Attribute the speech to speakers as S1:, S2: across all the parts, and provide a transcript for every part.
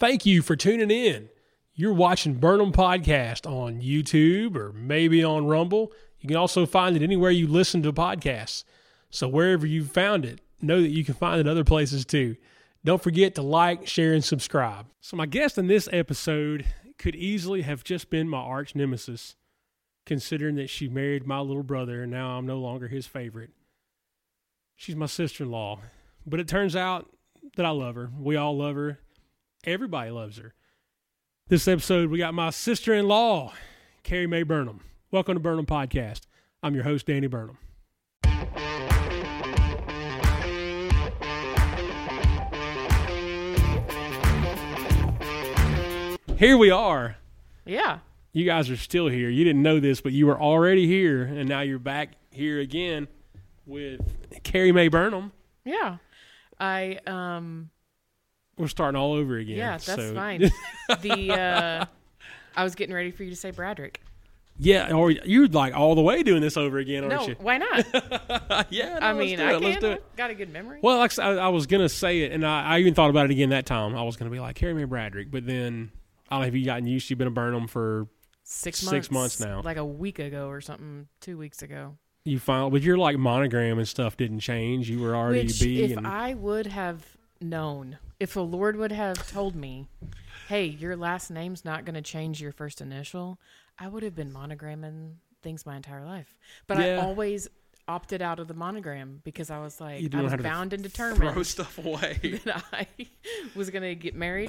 S1: Thank you for tuning in. You're watching Burnham Podcast on YouTube or maybe on Rumble. You can also find it anywhere you listen to podcasts. So wherever you found it, know that you can find it other places too. Don't forget to like, share, and subscribe. So my guest in this episode could easily have just been my arch nemesis, considering that she married my little brother and now I'm no longer his favorite. She's my sister in law. But it turns out that I love her. We all love her everybody loves her. This episode, we got my sister in law, Carrie Mae Burnham. Welcome to Burnham Podcast. I'm your host, Danny Burnham. Here we are.
S2: Yeah.
S1: You guys are still here. You didn't know this, but you were already here, and now you're back here again with Carrie Mae Burnham.
S2: Yeah. I um
S1: We're starting all over again.
S2: yeah, that's
S1: so-
S2: fine. the uh I was getting ready for you to say Bradrick.
S1: Yeah, or you're like all the way doing this over again, aren't
S2: No,
S1: you?
S2: why not?
S1: yeah, no,
S2: I mean,
S1: Oh, let's do
S2: I
S1: it. Let's
S2: can.
S1: do it.
S2: Got a good memory.
S1: Well, like I, said, I I was gonna say it, and I, I even thought about it again that time. I was gonna be like Carrie Mae Bradrick, but then I don't know if you gotten used. to You've been a Burnham for
S2: Six months.
S1: six months now.
S2: Like a week ago or something, 2 weeks ago.
S1: you final, but your like monogram and stuff didn't change. You were already
S2: Which
S1: B,
S2: if
S1: and
S2: I would have known, if the Lord would have told me, "Hey, your last name's not going to change your first initial," I would have been monogramming things my entire life. But
S1: Yeah.
S2: I always opted out of the monogram because I was like,
S1: You
S2: I
S1: don't
S2: was
S1: have to
S2: bound and
S1: throw
S2: determined
S1: stuff away.
S2: that I was going to get married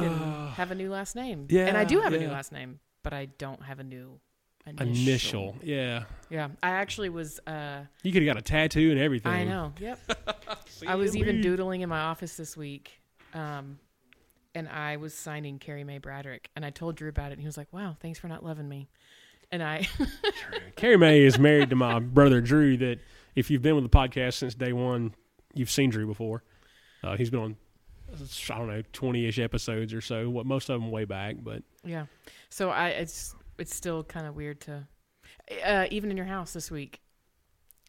S2: and have a new last name. and
S1: yeah,
S2: I do have a new
S1: yeah.
S2: last name, but I don't have a new initial.
S1: Initial, yeah.
S2: Yeah, I actually was. Uh,
S1: You could have got a tattoo and everything.
S2: I know. Yep. I was even doodling in my office this week, um, and I was signing Carrie Mae Bradrick, and I told Drew about it, and he was like, "Wow, thanks for not loving me." And I,
S1: Carrie Mae is married to my brother Drew. That if you've been with the podcast since day one, you've seen Drew before. Uh, he's been on I don't know twenty ish episodes or so. What most of them way back, but
S2: yeah. So I, it's it's still kind of weird to, uh, even in your house this week,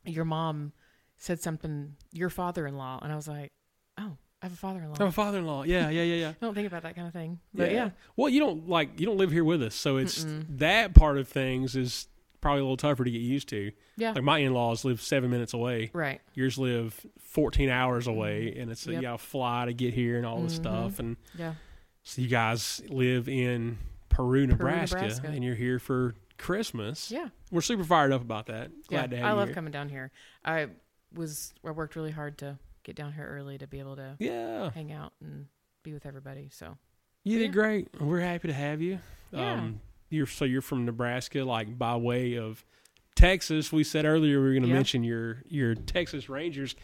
S2: your mom said something. Your father-in-law, and I was like, "Oh, I have a father-in-law."
S1: I'm a father-in-law. Yeah, yeah, yeah, yeah.
S2: I don't think about that kind of thing, but yeah,
S1: Well, you don't like you don't live here with us, so it's that part of things is probably a little tougher to get used to.
S2: yeah,
S1: Like my in-laws live seven minutes away.
S2: right.
S1: Yours live fourteen hours away, and it's
S2: Mm-hmm. Yep.
S1: you
S2: Mm-hmm.
S1: gotta fly to get here and all this stuff. And
S2: Yeah,
S1: so you guys live in Peru, Nebraska,
S2: Nebraska.
S1: and you're here for Christmas.
S2: yeah.
S1: We're super fired up about that. Glad to have
S2: I
S1: you
S2: love
S1: here.
S2: coming down here. I was I worked really hard to get down here early to be able to
S1: Yeah,
S2: hang out and be with everybody. So
S1: you did
S2: Yeah.
S1: great. We're happy to have you.
S2: Yeah.
S1: Um, you're so you're from Nebraska, like by way of Texas. We said earlier we were going to
S2: Yeah.
S1: mention your your Texas Rangers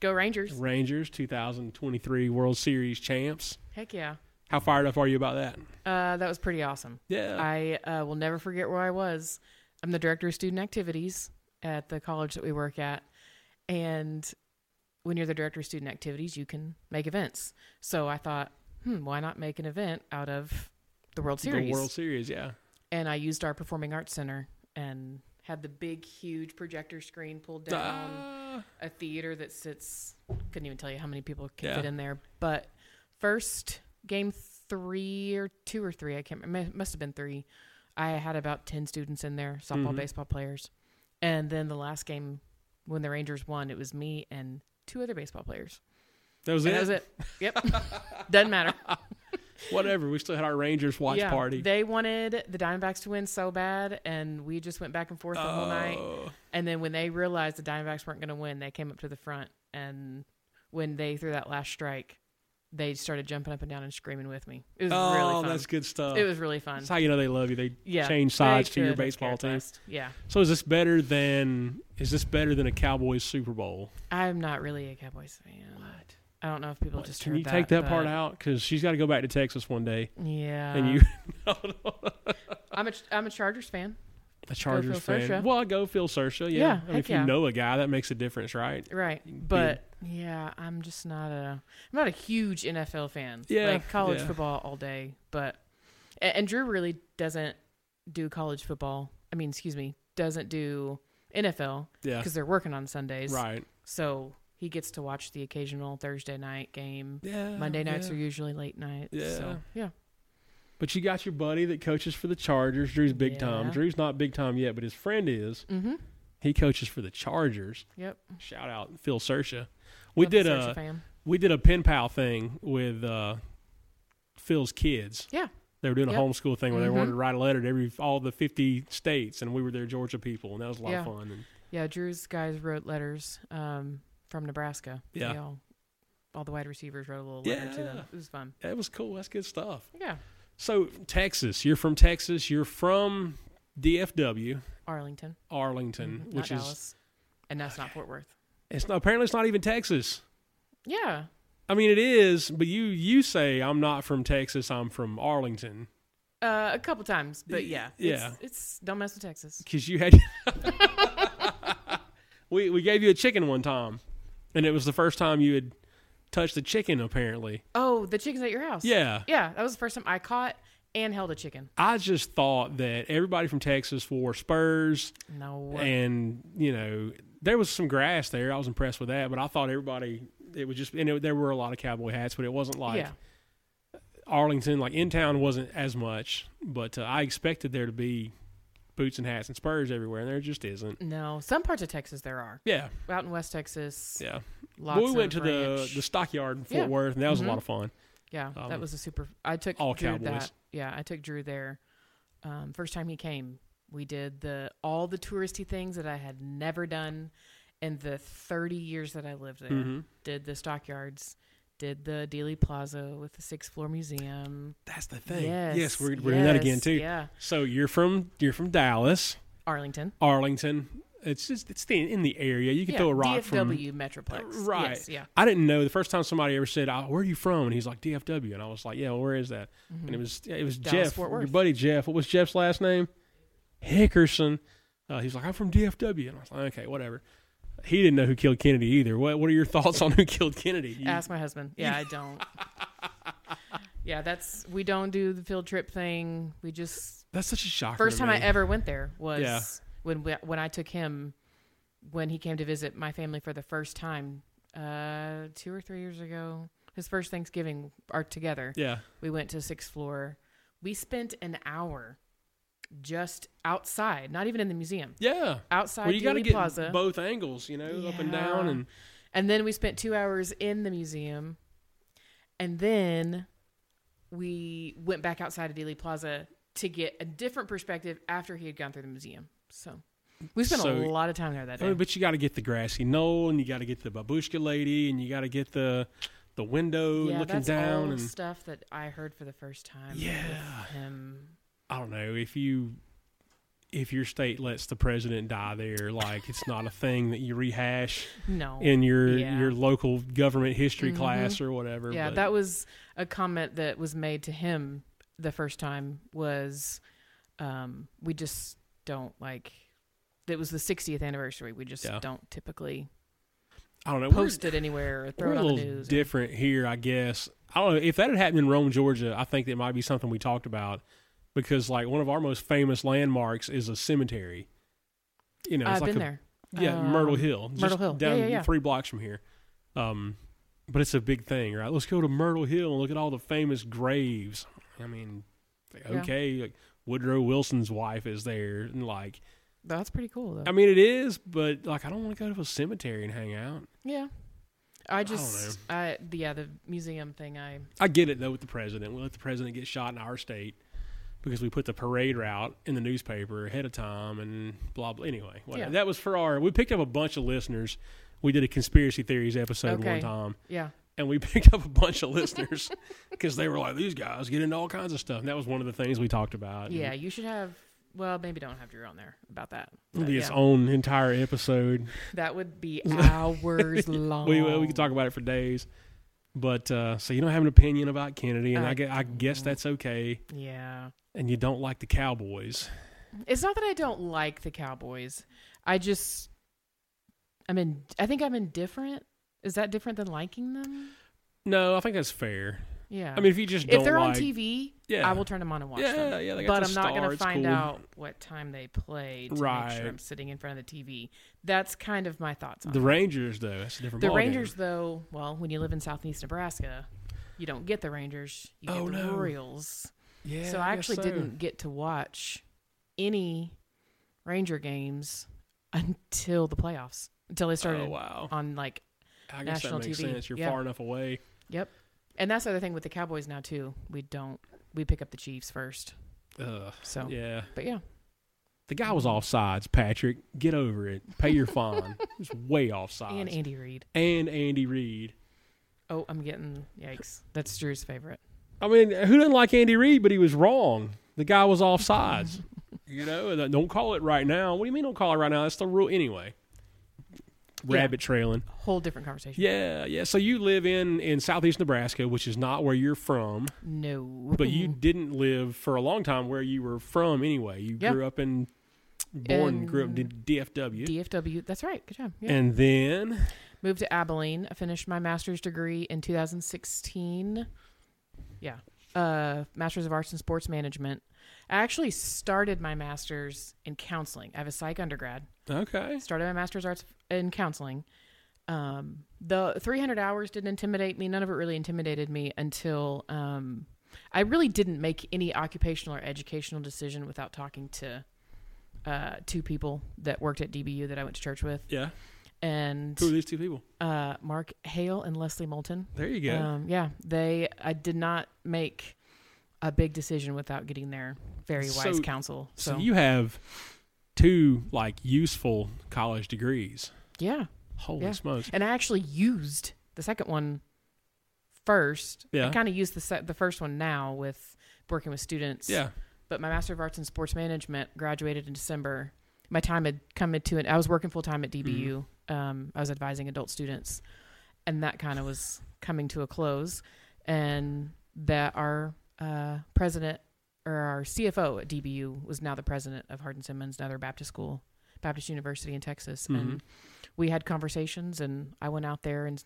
S2: go Rangers!
S1: Rangers 2023 World Series champs.
S2: Heck yeah,
S1: How fired up are you about that?
S2: uh, that was pretty awesome.
S1: Yeah,
S2: I uh, will never forget where I was. I'm the director of student activities at the college that we work at, and when you're the director of student activities, you can make events. So I thought, hmm, why not make an event out of the World Series?
S1: the World Series. Yeah,
S2: and I used our performing arts center and had the big, huge projector screen pulled down,
S1: Ah.
S2: a theater that sits. Couldn't even tell you how many people could
S1: Yeah.
S2: fit in there. But first game three or two or three, I can't. remember, Must have been three. I had about ten students in there, softball,
S1: Mm-hmm.
S2: baseball players, and then the last game when the Rangers won, it was me and two other baseball players.
S1: that was
S2: And
S1: it.
S2: that was it. Yep, doesn't matter.
S1: Whatever. We still had our Rangers watch
S2: yeah,
S1: party.
S2: They wanted the Diamondbacks to win so bad, and we just went back and forth the whole night.
S1: Oh.
S2: And then when they realized the Diamondbacks weren't going to win, they came up to the front. And when they threw that last strike, they started jumping up and down and screaming with me. It was
S1: oh,
S2: really fun.
S1: that's good stuff.
S2: It was really fun.
S1: That's how you know they love you. They
S2: Yeah,
S1: change
S2: they
S1: sides to your
S2: could have
S1: baseball
S2: cared
S1: team.
S2: less. Yeah,
S1: So is this better than is this better than a Cowboys Super Bowl?
S2: I'm not really a Cowboys fan. What? I don't know if people just
S1: Can
S2: heard
S1: you take that part
S2: but-
S1: out? Because she's got to go back to Texas one day,
S2: Yeah,
S1: and you
S2: I'm a I'm a Chargers fan,
S1: a Chargers
S2: Phil
S1: fan.
S2: Sersha.
S1: Well, go Phil Sersha. Yeah,
S2: Yeah,
S1: I mean,
S2: heck
S1: if you
S2: yeah.
S1: know a guy, that makes a difference, right?
S2: right? But yeah, I'm just not a I'm not a huge NFL fan.
S1: Yeah,
S2: like college
S1: yeah.
S2: football all day, but and, and Drew really doesn't do college football. I mean, excuse me, doesn't do NFL
S1: Yeah,
S2: because they're working on Sundays,
S1: Uh. right.
S2: So he gets to watch the occasional Thursday night game.
S1: Yeah,
S2: Monday nights
S1: yeah.
S2: are usually late nights.
S1: Yeah.
S2: So yeah,
S1: But you got your buddy that coaches for the Chargers. Drew's big time.
S2: Yeah.
S1: Drew's not big time yet, but his friend is.
S2: Mm-hmm.
S1: He coaches for the Chargers.
S2: Yep.
S1: Shout out Phil Sersha. We
S2: Love the
S1: did uh,
S2: Searcher
S1: a
S2: fam.
S1: we did a pen pal thing with uh, Phil's kids.
S2: Yeah.
S1: They were doing a
S2: Yep.
S1: homeschool thing where
S2: Mhm.
S1: they wanted to write a letter to every all the fifty states, and we were their Georgia people, and that was a lot
S2: Yeah.
S1: of fun. And
S2: Yeah, Drew's guys wrote letters um, from Nebraska.
S1: Yeah.
S2: They all, all the wide receivers wrote a little letter to them.
S1: Yeah.
S2: It was fun.
S1: that was cool. That's good stuff.
S2: Yeah.
S1: So Texas, you're from Texas. You're from DFW,
S2: Arlington,
S1: Arlington,
S2: Mhm.
S1: which
S2: not
S1: is
S2: Dallas, and that's not Fort Worth.
S1: it's not, apparently it's not even Texas.
S2: Yeah.
S1: I mean, it is, but you you say I'm not from Texas. I'm from Arlington
S2: Uh, a couple times, but yeah,
S1: Yeah.
S2: It's, it's don't mess with Texas.
S1: because you had we we gave you a chicken one time, and it was the first time you had touched the chicken. Apparently,
S2: Oh, the chickens at your house.
S1: yeah.
S2: yeah. That was the first time I caught and held a chicken.
S1: I just thought that everybody from Texas wore spurs,
S2: No way.
S1: and you know there was some grass there. I was impressed with that, but I thought everybody it was just and it, there were a lot of cowboy hats, but it wasn't like
S2: yeah,
S1: Arlington, like in town, wasn't as much. But uh, I expected there to be boots and hats and spurs everywhere, and there just isn't.
S2: no. Some parts of Texas there are.
S1: Yeah,
S2: Out in West Texas,
S1: yeah.
S2: lots
S1: we went to
S2: of ranch.
S1: the the stockyard in Fort
S2: Yeah.
S1: Worth, and that was
S2: Mhm.
S1: a lot of fun.
S2: Yeah, that
S1: Um,
S2: was a super. I took
S1: all
S2: Drew
S1: Cowboys.
S2: That, yeah, I took Drew there. Um, first time he came, we did the all the touristy things that I had never done in the thirty years that I lived there.
S1: Mhm.
S2: Did the stockyards, did the Dealey Plaza with the sixth floor museum.
S1: That's the thing.
S2: Yes,
S1: Yes, we're, we're doing that again
S2: yes,
S1: too.
S2: Yeah,
S1: So you're from you're from Dallas,
S2: Arlington.
S1: Arlington. It's just it's the, in the area. You can
S2: yeah,
S1: throw a rock from
S2: DFW Metroplex.
S1: Right.
S2: Yes, yeah.
S1: I didn't know the first time somebody ever said, "Ah, "Where are you from?" and he's like DFW, and I was like, "Yeah, well, where is that?" And it was it was
S2: Mm-hmm. Dallas,
S1: Jeff,
S2: Fort
S1: your
S2: Worth.
S1: buddy Jeff. What was Jeff's last name? Hickerson. Uh, he's like, "I'm from DFW," and I was like, "Okay, whatever." He didn't know who killed Kennedy either. What What are your thoughts on who killed Kennedy? You-
S2: Ask my husband. Yeah, I don't. yeah, that's we don't do the field trip thing. We just
S1: that's such a shocker.
S2: first
S1: to
S2: time I
S1: me.
S2: ever went there was
S1: Yeah.
S2: when we, when I took him when he came to visit my family for the first time uh, two or three years ago. His first Thanksgiving are together.
S1: Yeah,
S2: We went to sixth floor. We spent an hour just outside, not even in the museum,
S1: yeah.
S2: outside
S1: Well, you got to
S2: Dealey
S1: get
S2: Plaza,
S1: both angles, you know, up and
S2: Yeah.
S1: down, and
S2: and then we spent two hours in the museum, and then we went back outside of Dealey Plaza to get a different perspective after he had gone through the museum. So we spent
S1: So-
S2: a lot of time there that
S1: I mean,
S2: day.
S1: but you got to get the grassy knoll, and you got to get the babushka lady, and you got to get the the window
S2: yeah,
S1: looking
S2: that's all
S1: down, and
S2: stuff that I heard for the first time. with
S1: Yeah.
S2: him.
S1: I don't know if you if your state lets the president die there, like it's not a thing that you rehash
S2: No.
S1: in your
S2: Yeah. Mm-hmm.
S1: your local government history class or whatever.
S2: Yeah,
S1: but
S2: that was a comment that was made to him the first time was um, we just don't like it was the 60th anniversary. We just
S1: Yeah.
S2: don't typically
S1: I don't know. We're,
S2: post it anywhere or throw
S1: we're
S2: it
S1: a
S2: on the
S1: little
S2: news. or-
S1: different here, I guess. I don't know if that had happened in Rome, Georgia. I think that might be something we talked about because like one of our most famous landmarks is a cemetery. You know, it's
S2: I've
S1: like
S2: been
S1: a
S2: there.
S1: Yeah,
S2: Um,
S1: Myrtle Hill. Just
S2: Myrtle Hill. Yeah,
S1: Down
S2: yeah, yeah.
S1: three blocks from here. Um, but it's a big thing, right? Let's go to Myrtle Hill and look at all the famous graves. I mean,
S2: Yeah.
S1: okay, like Woodrow Wilson's wife is there, and like,
S2: That's pretty cool though.
S1: I mean, it is, but like, I don't want to go to a cemetery and hang out.
S2: yeah. I
S1: don't
S2: just I yeah, the museum thing I
S1: I get it though with the president. We let the president get shot in our state because we put the parade route in the newspaper ahead of time and blah blah. Anyway, whatever.
S2: Yeah.
S1: that was for our. We picked up a bunch of listeners. We did a conspiracy theories episode
S2: Okay.
S1: one time.
S2: yeah.
S1: and we picked up a bunch of listeners because they were like, "These guys get into all kinds of stuff." And that was one of the things we talked about.
S2: Yeah,
S1: And
S2: you should have well, maybe don't have Drew on there about that.
S1: it'll
S2: But,
S1: be its
S2: yeah.
S1: own entire episode.
S2: That would be hours long.
S1: We we could talk about it for days. But uh, so you don't have an opinion about Kennedy, and I,
S2: I
S1: gue- I guess that's okay.
S2: Yeah.
S1: And you don't like the Cowboys.
S2: It's not that I don't like the Cowboys. I just I'm in I think I'm indifferent. Is that different than liking them?
S1: No, I think that's fair.
S2: Yeah.
S1: I mean, if you just don't
S2: if they're
S1: like,
S2: on TV,
S1: yeah,
S2: I will turn them on and watch
S1: Yeah,
S2: them.
S1: yeah, they got
S2: but
S1: the
S2: I'm not
S1: star,
S2: going to
S1: it's
S2: find
S1: cool.
S2: out what time they play to make
S1: Right.
S2: sure I'm sitting in front of the TV. That's kind of my thoughts on
S1: The
S2: it.
S1: Rangers though, that's a different.
S2: The
S1: ballgame.
S2: Rangers, though, well, when you live in Southeast Nebraska, you don't get the Rangers. You get
S1: Oh,
S2: the
S1: no.
S2: Royals.
S1: Yeah.
S2: so I,
S1: guess
S2: actually
S1: so.
S2: didn't get to watch any Ranger games until the playoffs, until they started
S1: Oh wow.
S2: on like,
S1: I guess that
S2: national
S1: makes
S2: TV.
S1: sense. You're
S2: Yeah.
S1: far enough away.
S2: yep. And that's the other thing with the Cowboys now too. We don't we pick up the Chiefs first.
S1: Ugh.
S2: So,
S1: Yeah.
S2: but yeah,
S1: The guy was off sides, Patrick. Get over it. Pay your fine. He was way off sides.
S2: and Andy Reid.
S1: and Andy Reid.
S2: Oh, I'm getting yikes. That's Drew's favorite.
S1: I mean, who didn't like Andy Reid? But he was wrong. The guy was off sides. you know, and, uh, don't call it right now. What do you mean don't call it right now? That's the rule anyway.
S2: Yeah.
S1: Rabbit trailing.
S2: Whole different conversation.
S1: Yeah, yeah. So you live in in southeast Nebraska, which is not where you're from,
S2: No.
S1: but you didn't live for a long time where you were from anyway. You
S2: Yeah.
S1: grew up in, born, and grew up in DFW,
S2: DFW. That's right. Good job. Yeah.
S1: and then
S2: Moved to Abilene. I finished my master's degree in 2016. Yeah. Uh, master's of Arts in Sports Management. I actually started my master's in counseling. I have a psych undergrad.
S1: okay,
S2: Started my master's arts in counseling. Um, the 300 hours didn't intimidate me. None of it really intimidated me until um, I really didn't make any occupational or educational decision without talking to uh, two people that worked at DBU that I went to church with.
S1: yeah.
S2: And
S1: Who are these two people?
S2: uh, Mark Hale and Leslie Moulton.
S1: There you go.
S2: Um, yeah, they. I did not make a big decision without getting their very
S1: So-
S2: wise counsel. So,
S1: so. you have two like useful college degrees.
S2: yeah,
S1: Holy
S2: Yeah.
S1: smokes!
S2: and I actually used the second one first.
S1: Yeah.
S2: I kind of used the se- the first one now with working with students.
S1: Yeah,
S2: But my Master of Arts in Sports Management graduated in December. My time had come into it. I was working full time at DBU. Um, I was advising adult students, and that kind of was coming to a close. And that our uh, president or our CFO at DBU was now the president of Hardin Simmons, another Baptist school, Baptist University in Texas. And
S1: Mm-hmm.
S2: we had conversations, and I went out there and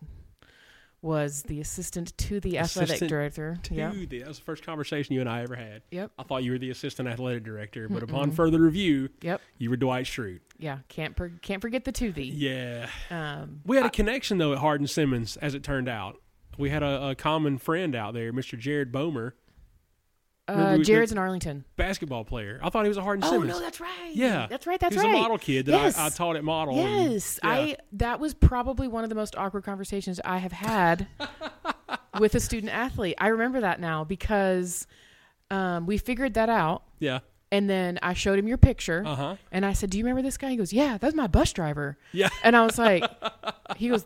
S2: was the assistant to the athletic
S1: Assistant
S2: director.
S1: two.
S2: Yeah.
S1: That was the first conversation you and I ever had.
S2: Yep.
S1: I thought you were the assistant athletic director, but upon further review,
S2: Yep.
S1: you were Dwight Schrute.
S2: Yeah. Can't per- can't forget the to the.
S1: Yeah.
S2: Um,
S1: We had a connection though at Hardin Simmons, as it turned out. We had a, a common friend out there, Mr. Jared Bomer, Remember
S2: uh,
S1: we-
S2: Jared's in Arlington.
S1: basketball player. I thought he was a Hardin Simmons.
S2: that's right.
S1: Yeah.
S2: that's right. Oh, That's
S1: he was
S2: right.
S1: a model kid that
S2: Yes.
S1: I, I taught at model. and-
S2: Yes,
S1: yeah.
S2: I. That was probably one of the most awkward conversations I have had with a student athlete. I remember that now because um, we figured that out,
S1: yeah.
S2: and then I showed him your picture,
S1: Uh huh.
S2: and I said, "Do you remember this guy?" He goes, "Yeah, that's my bus driver."
S1: Yeah.
S2: and I was like, "He goes,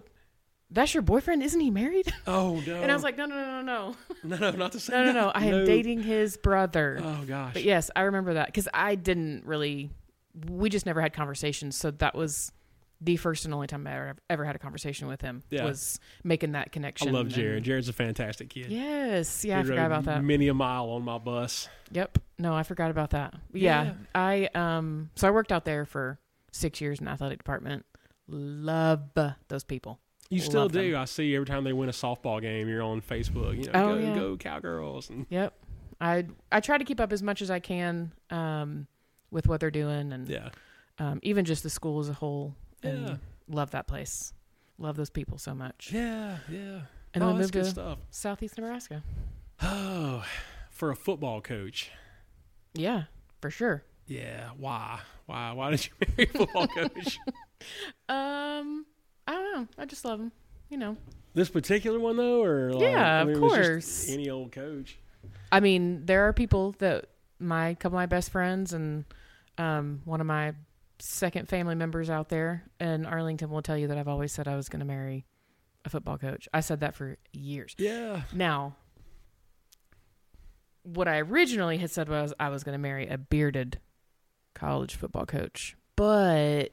S2: that's your boyfriend? Isn't he married?"
S1: Oh no.
S2: And I was like, "No, no, no, no,
S1: no, no, not the same.
S2: no, no, no, no. I am dating his brother."
S1: Oh gosh.
S2: But yes, I remember that because I didn't really. We just never had conversations, so that was the first and only time I ever, ever had a conversation with him.
S1: Yeah.
S2: Was making that
S1: I
S2: connection.
S1: love
S2: and-
S1: Jared. Jared's a fantastic kid.
S2: Yes, yeah, I
S1: He
S2: forgot
S1: rode
S2: about that.
S1: Many a mile on my bus.
S2: Yep. No, I forgot about that. Yeah,
S1: Yeah.
S2: I um. So I worked out there for six years in the athletic department. Love those people.
S1: You
S2: Love
S1: still do.
S2: them.
S1: I see every time they win a softball game, you're on Facebook. You know,
S2: Oh,
S1: go,
S2: yeah.
S1: go cowgirls. And
S2: Yep. I I try to keep up as much as I can um with what they're doing and
S1: yeah,
S2: um, even just the school as a whole. And
S1: Yeah.
S2: Love that place. Love those people so much.
S1: yeah, yeah.
S2: And
S1: oh,
S2: then
S1: that's
S2: we moved
S1: good
S2: to
S1: stuff.
S2: Southeast Nebraska.
S1: Oh, for a football coach.
S2: Yeah, for sure.
S1: Yeah. Why? Why? Why did you marry a football coach?
S2: Um, I don't know. I just love them. You know,
S1: This particular one though, or like,
S2: Yeah,
S1: I
S2: of
S1: mean, it was just
S2: course.
S1: any old coach.
S2: I mean, there are people that my couple of my best friends and um one of my second family members out there in Arlington will tell you that I've always said I was going to marry a football coach. I said that for years.
S1: Yeah.
S2: Now, what I originally had said was I was going to marry a bearded college football coach, but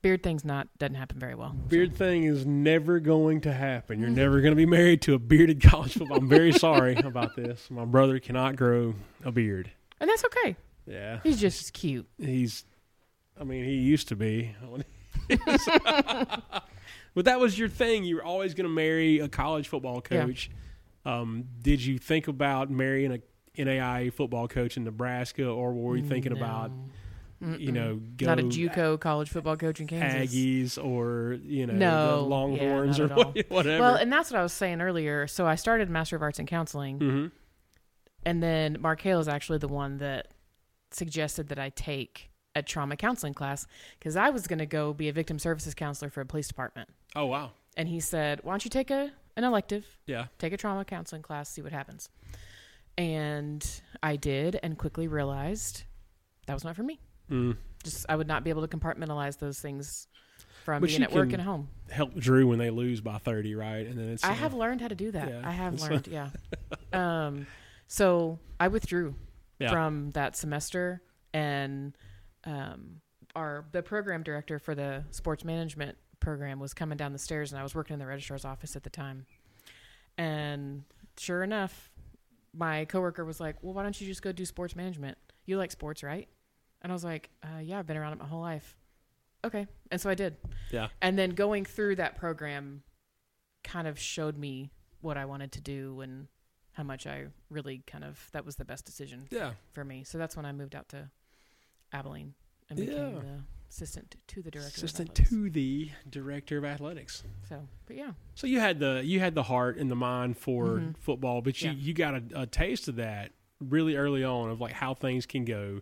S2: beard thing's not doesn't happen very well. so.
S1: Beard thing is never going to happen. You're never going to be married to a bearded college football. I'm very sorry about this. My brother cannot grow a beard.
S2: and that's okay.
S1: Yeah.
S2: He's just cute.
S1: he's i mean he used to be but that was your thing you were always going to marry a college football
S2: Yeah.
S1: coach um, did you think about marrying a NAIA football coach in Nebraska, or were you thinking about you know go
S2: not a JUCO college football coach in Kansas?
S1: Aggies or you know
S2: No,
S1: the
S2: yeah,
S1: Longhorns
S2: not
S1: or
S2: at all.
S1: whatever?
S2: Well, and that's what I was saying earlier. So I started Master of Arts in Counseling,
S1: Mhm.
S2: And then Mark Hale is actually the one that suggested that I take a trauma counseling class because I was going to go be a victim services counselor for a police department.
S1: Oh wow.
S2: And he said, Why don't you take a, an elective?
S1: Yeah.
S2: take a trauma counseling class, see what happens. And I did, and quickly realized that was not for me.
S1: Mm.
S2: Just I would not be able to compartmentalize those things from
S1: But
S2: being
S1: you
S2: at work
S1: can-
S2: and home.
S1: Help Drew when they lose by thirty, right? And then it's
S2: I
S1: uh,
S2: have learned how to do that.
S1: yeah,
S2: I have
S1: so-
S2: learned, yeah. Um, so I withdrew
S1: Yeah.
S2: from that semester, and um, our the program director for the sports management program was coming down the stairs, and I was working in the registrar's office at the time, and sure enough, my coworker was like, "Well, why don't you just go do sports management? You like sports, right?" And I was like, uh, "Yeah, I've been around it my whole life." Okay, and so I did.
S1: Yeah.
S2: And then going through that program kind of showed me what I wanted to do and how much I really kind of that was the best decision
S1: yeah.
S2: for me. So that's when I moved out to Abilene and became
S1: Yeah.
S2: the assistant to the director. of
S1: Assistant
S2: athletics.
S1: to the director of athletics.
S2: So, but yeah,
S1: So you had the you had the heart and the mind for
S2: Mhm.
S1: football, but you
S2: Yeah.
S1: you got a, a taste of that really early on of like how things can go.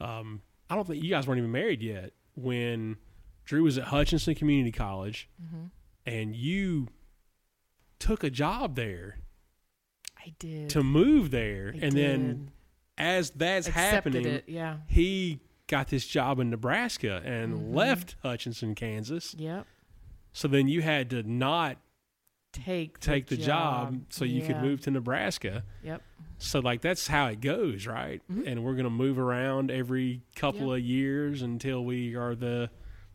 S1: Um, I don't think you guys weren't even married yet when Drew was at Hutchinson Community College,
S2: Mm-hmm.
S1: and you took a job there
S2: I did.
S1: to move there,
S2: I
S1: and then
S2: did.
S1: as that's
S2: Accepted
S1: happening,
S2: it. Yeah.
S1: he got this job in Nebraska and
S2: Mhm.
S1: left Hutchinson, Kansas.
S2: Yep.
S1: So then you had to not
S2: Take the
S1: take the job, so you could
S2: Yeah.
S1: move to Nebraska.
S2: Yep.
S1: So like that's how it goes, right?
S2: Mhm.
S1: And we're gonna move around every couple of years until we are the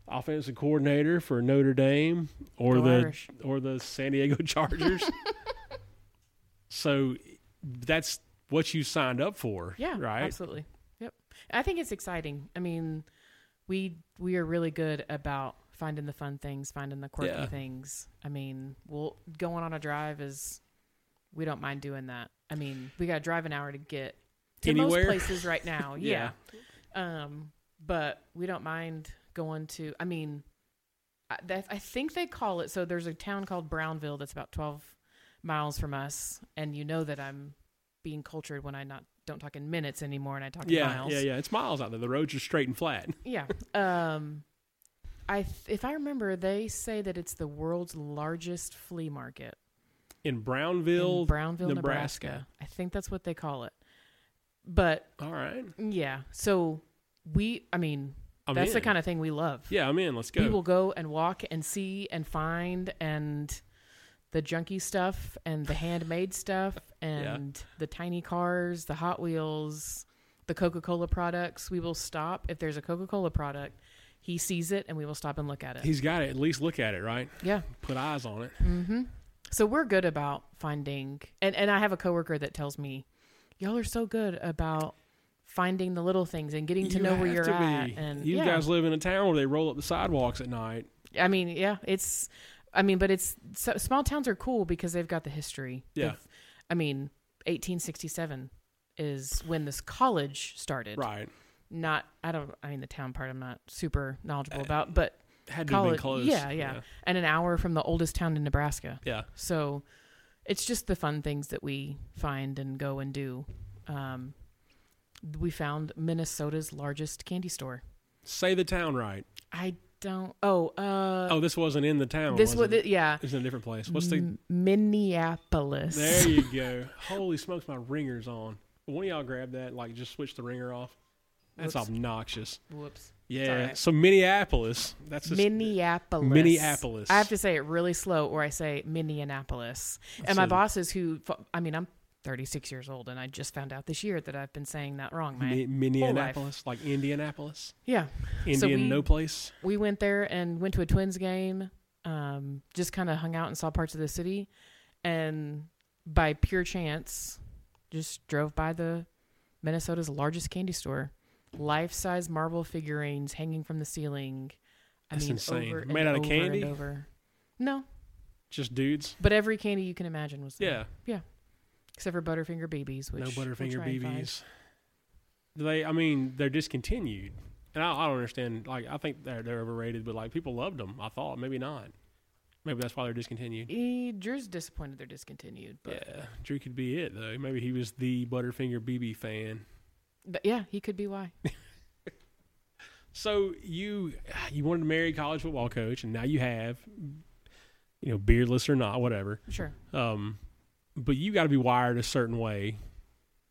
S1: offensive coordinator for Notre Dame or
S2: Go
S1: the
S2: Irish.
S1: or the San Diego Chargers. so that's what you signed up for.
S2: Yeah,
S1: Right.
S2: Absolutely. Yep. I think it's exciting. I mean, we we are really good about finding the fun things, finding the quirky
S1: Yeah.
S2: things. I mean, we'll going on a drive is we don't mind doing that. I mean, we got to drive an hour to get to
S1: Anywhere?
S2: most places right now. oh, yeah. Um, but we don't mind going to. I mean, I, that, I think they call it. So there's a town called Brownville that's about 12 miles from us, and you know that I'm being cultured when I not don't talk in minutes anymore, and I talk
S1: Yeah,
S2: in miles.
S1: yeah, yeah. It's miles out there. The roads are straight and flat.
S2: yeah. yeah. Um, I th- if I remember, they say that it's the world's largest flea market
S1: In Brownville.
S2: in Brownville,
S1: Nebraska.
S2: Nebraska. I think that's what they call it. But
S1: All right.
S2: yeah, so we. I mean,
S1: I'm
S2: that's the
S1: in.
S2: kind of thing we love.
S1: Yeah, I'm in. Let's go.
S2: We will go and walk and see and find and the junky stuff and the handmade stuff and the tiny cars, the Hot Wheels, the Coca Cola products. We will stop if there's a Coca Cola product. He sees it and we will stop and look at it.
S1: He's got to at least look at it, right?
S2: yeah.
S1: Put eyes on it.
S2: hmm So we're good about finding, and, and I have a coworker that tells me, y'all are so good about finding the little things and getting to know where
S1: have
S2: you're
S1: to
S2: at.
S1: be.
S2: And
S1: you
S2: yeah.
S1: guys live in a town where they roll up the sidewalks at night.
S2: I mean, yeah, it's. I mean, but it's so, small towns are cool because they've got the history.
S1: Yeah.
S2: They've- I mean, 1867 is when this college started.
S1: Right.
S2: Not, I don't. I mean, the town part I'm not super knowledgeable about, but
S1: Had to have
S2: college.
S1: been Uh, close.
S2: Yeah, yeah, and an hour from the oldest town in Nebraska.
S1: Yeah.
S2: So, it's just the fun things that we find and go and do. Um, we found Minnesota's largest candy store.
S1: Say the town right.
S2: I don't. Oh, uh,
S1: Oh, this wasn't in the town.
S2: this
S1: was
S2: was.
S1: it?
S2: yeah.
S1: It's in a different place. What's the?
S2: M- Minneapolis.
S1: There you go. Holy smokes, my ringer's on. One of y'all grab that. Like, just switch the ringer off. That's
S2: Whoops.
S1: obnoxious.
S2: Whoops.
S1: Yeah.
S2: alright.
S1: So Minneapolis. That's just,
S2: Minneapolis.
S1: Minneapolis.
S2: I have to say it really slow, or I say Minneapolis. And my
S1: So-
S2: bosses, who fu- I mean, I'm 36 years old, and I just found out this year that I've been saying that wrong. My,
S1: Mi- Minneapolis, like Indianapolis,
S2: yeah,
S1: Indian
S2: we-
S1: no place.
S2: we went there and went to a Twins game. Um, just kind of hung out and saw parts of the city, and by pure chance, just drove by the Minnesota's largest candy store. Life-size marble figurines hanging from the ceiling. I
S1: That's
S2: mean,
S1: insane.
S2: over and
S1: Made out of
S2: over
S1: candy?
S2: And over. No,
S1: Just dudes.
S2: but every candy you can imagine was there.
S1: Yeah.
S2: except for Butterfinger BBs, which
S1: no
S2: we'll
S1: Butterfinger
S2: try and find.
S1: BBs. They, I mean, they're discontinued, and I, I don't understand. Like, I think they're they're overrated, but like people loved them. I thought maybe not. Maybe that's why they're discontinued.
S2: E, Drew's disappointed they're discontinued, but
S1: Yeah, Drew could be it though. Maybe he was the Butterfinger BB fan.
S2: but yeah, he could be why.
S1: So you you wanted to marry a college football coach, and now you have, you know, beardless or not, whatever.
S2: Sure.
S1: Um, but you got to be wired a certain way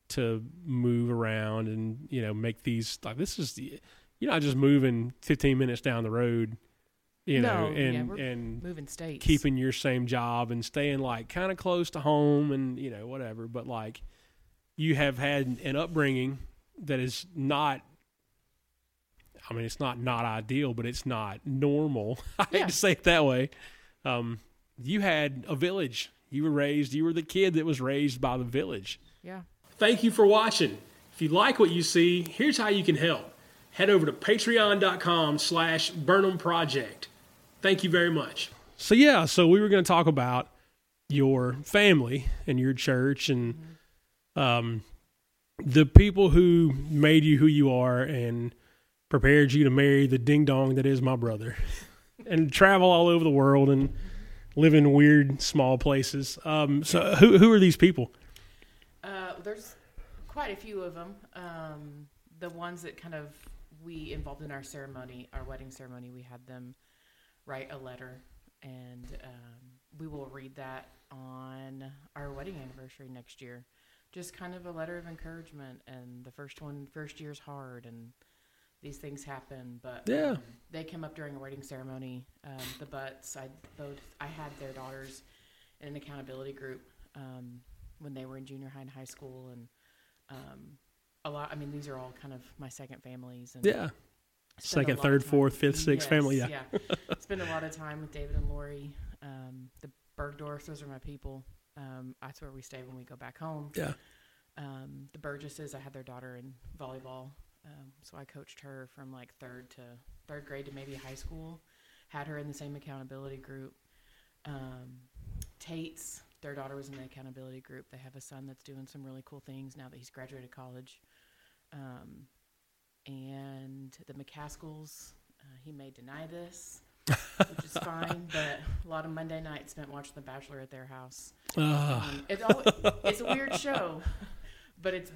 S1: to move around and you know make these like this is the, you're not just moving 15 minutes down the road, you know,
S2: No, yeah,
S1: and
S2: we're
S1: and
S2: Moving states.
S1: keeping your same job and staying like kind of close to home and you know whatever but like you have had an upbringing that is not i mean it's not not ideal but it's not normal i
S2: Yeah.
S1: hate to say it that way um, you had a village you were raised you were the kid that was raised by the village
S2: Yeah.
S1: Thank you for watching. If you like what you see, here's how you can help. Head over to patreon.com slash Burnham Project. Thank you very much. So yeah, so we were going to talk about your family and your church and um, the people who made you who you are and prepared you to marry the ding dong that is my brother and travel all over the world and live in weird small places. Um, so who, who are these people?
S2: Uh, there's quite a few of them. Um, the ones that kind of we involved in our ceremony, our wedding ceremony, we had them write a letter, and um, we will read that on our wedding anniversary next year. Just kind of a letter of encouragement, and the first one, first year's hard, and these things happen. But
S1: Yeah.
S2: um, they came up during a wedding ceremony. Um, the butts, I both, I had their daughters in an accountability group um, when they were in junior high and high school, and um, a lot. I mean, these are all kind of my second families. And
S1: Yeah.
S2: spend a
S1: Second,
S2: lot of
S1: third,
S2: time-
S1: fourth, fifth, sixth
S2: Yes,
S1: family, yeah.
S2: Spend a lot of time with David and Lori. Um, the Bergdorfs, those are my people. Um, that's where we stay when we go back home.
S1: Yeah.
S2: Um, the Burgesses, I had their daughter in volleyball, um, so I coached her from like third to third grade to maybe high school. Had her in the same accountability group. Um, Tate's, their daughter was in the accountability group. They have a son that's doing some really cool things now that he's graduated college. Um, and the McCaskills, uh, he may deny this, which is fine, but a lot of Monday nights spent watching The Bachelor at their house.
S1: Ah,
S2: Um, it's, always, it's a weird show, but it's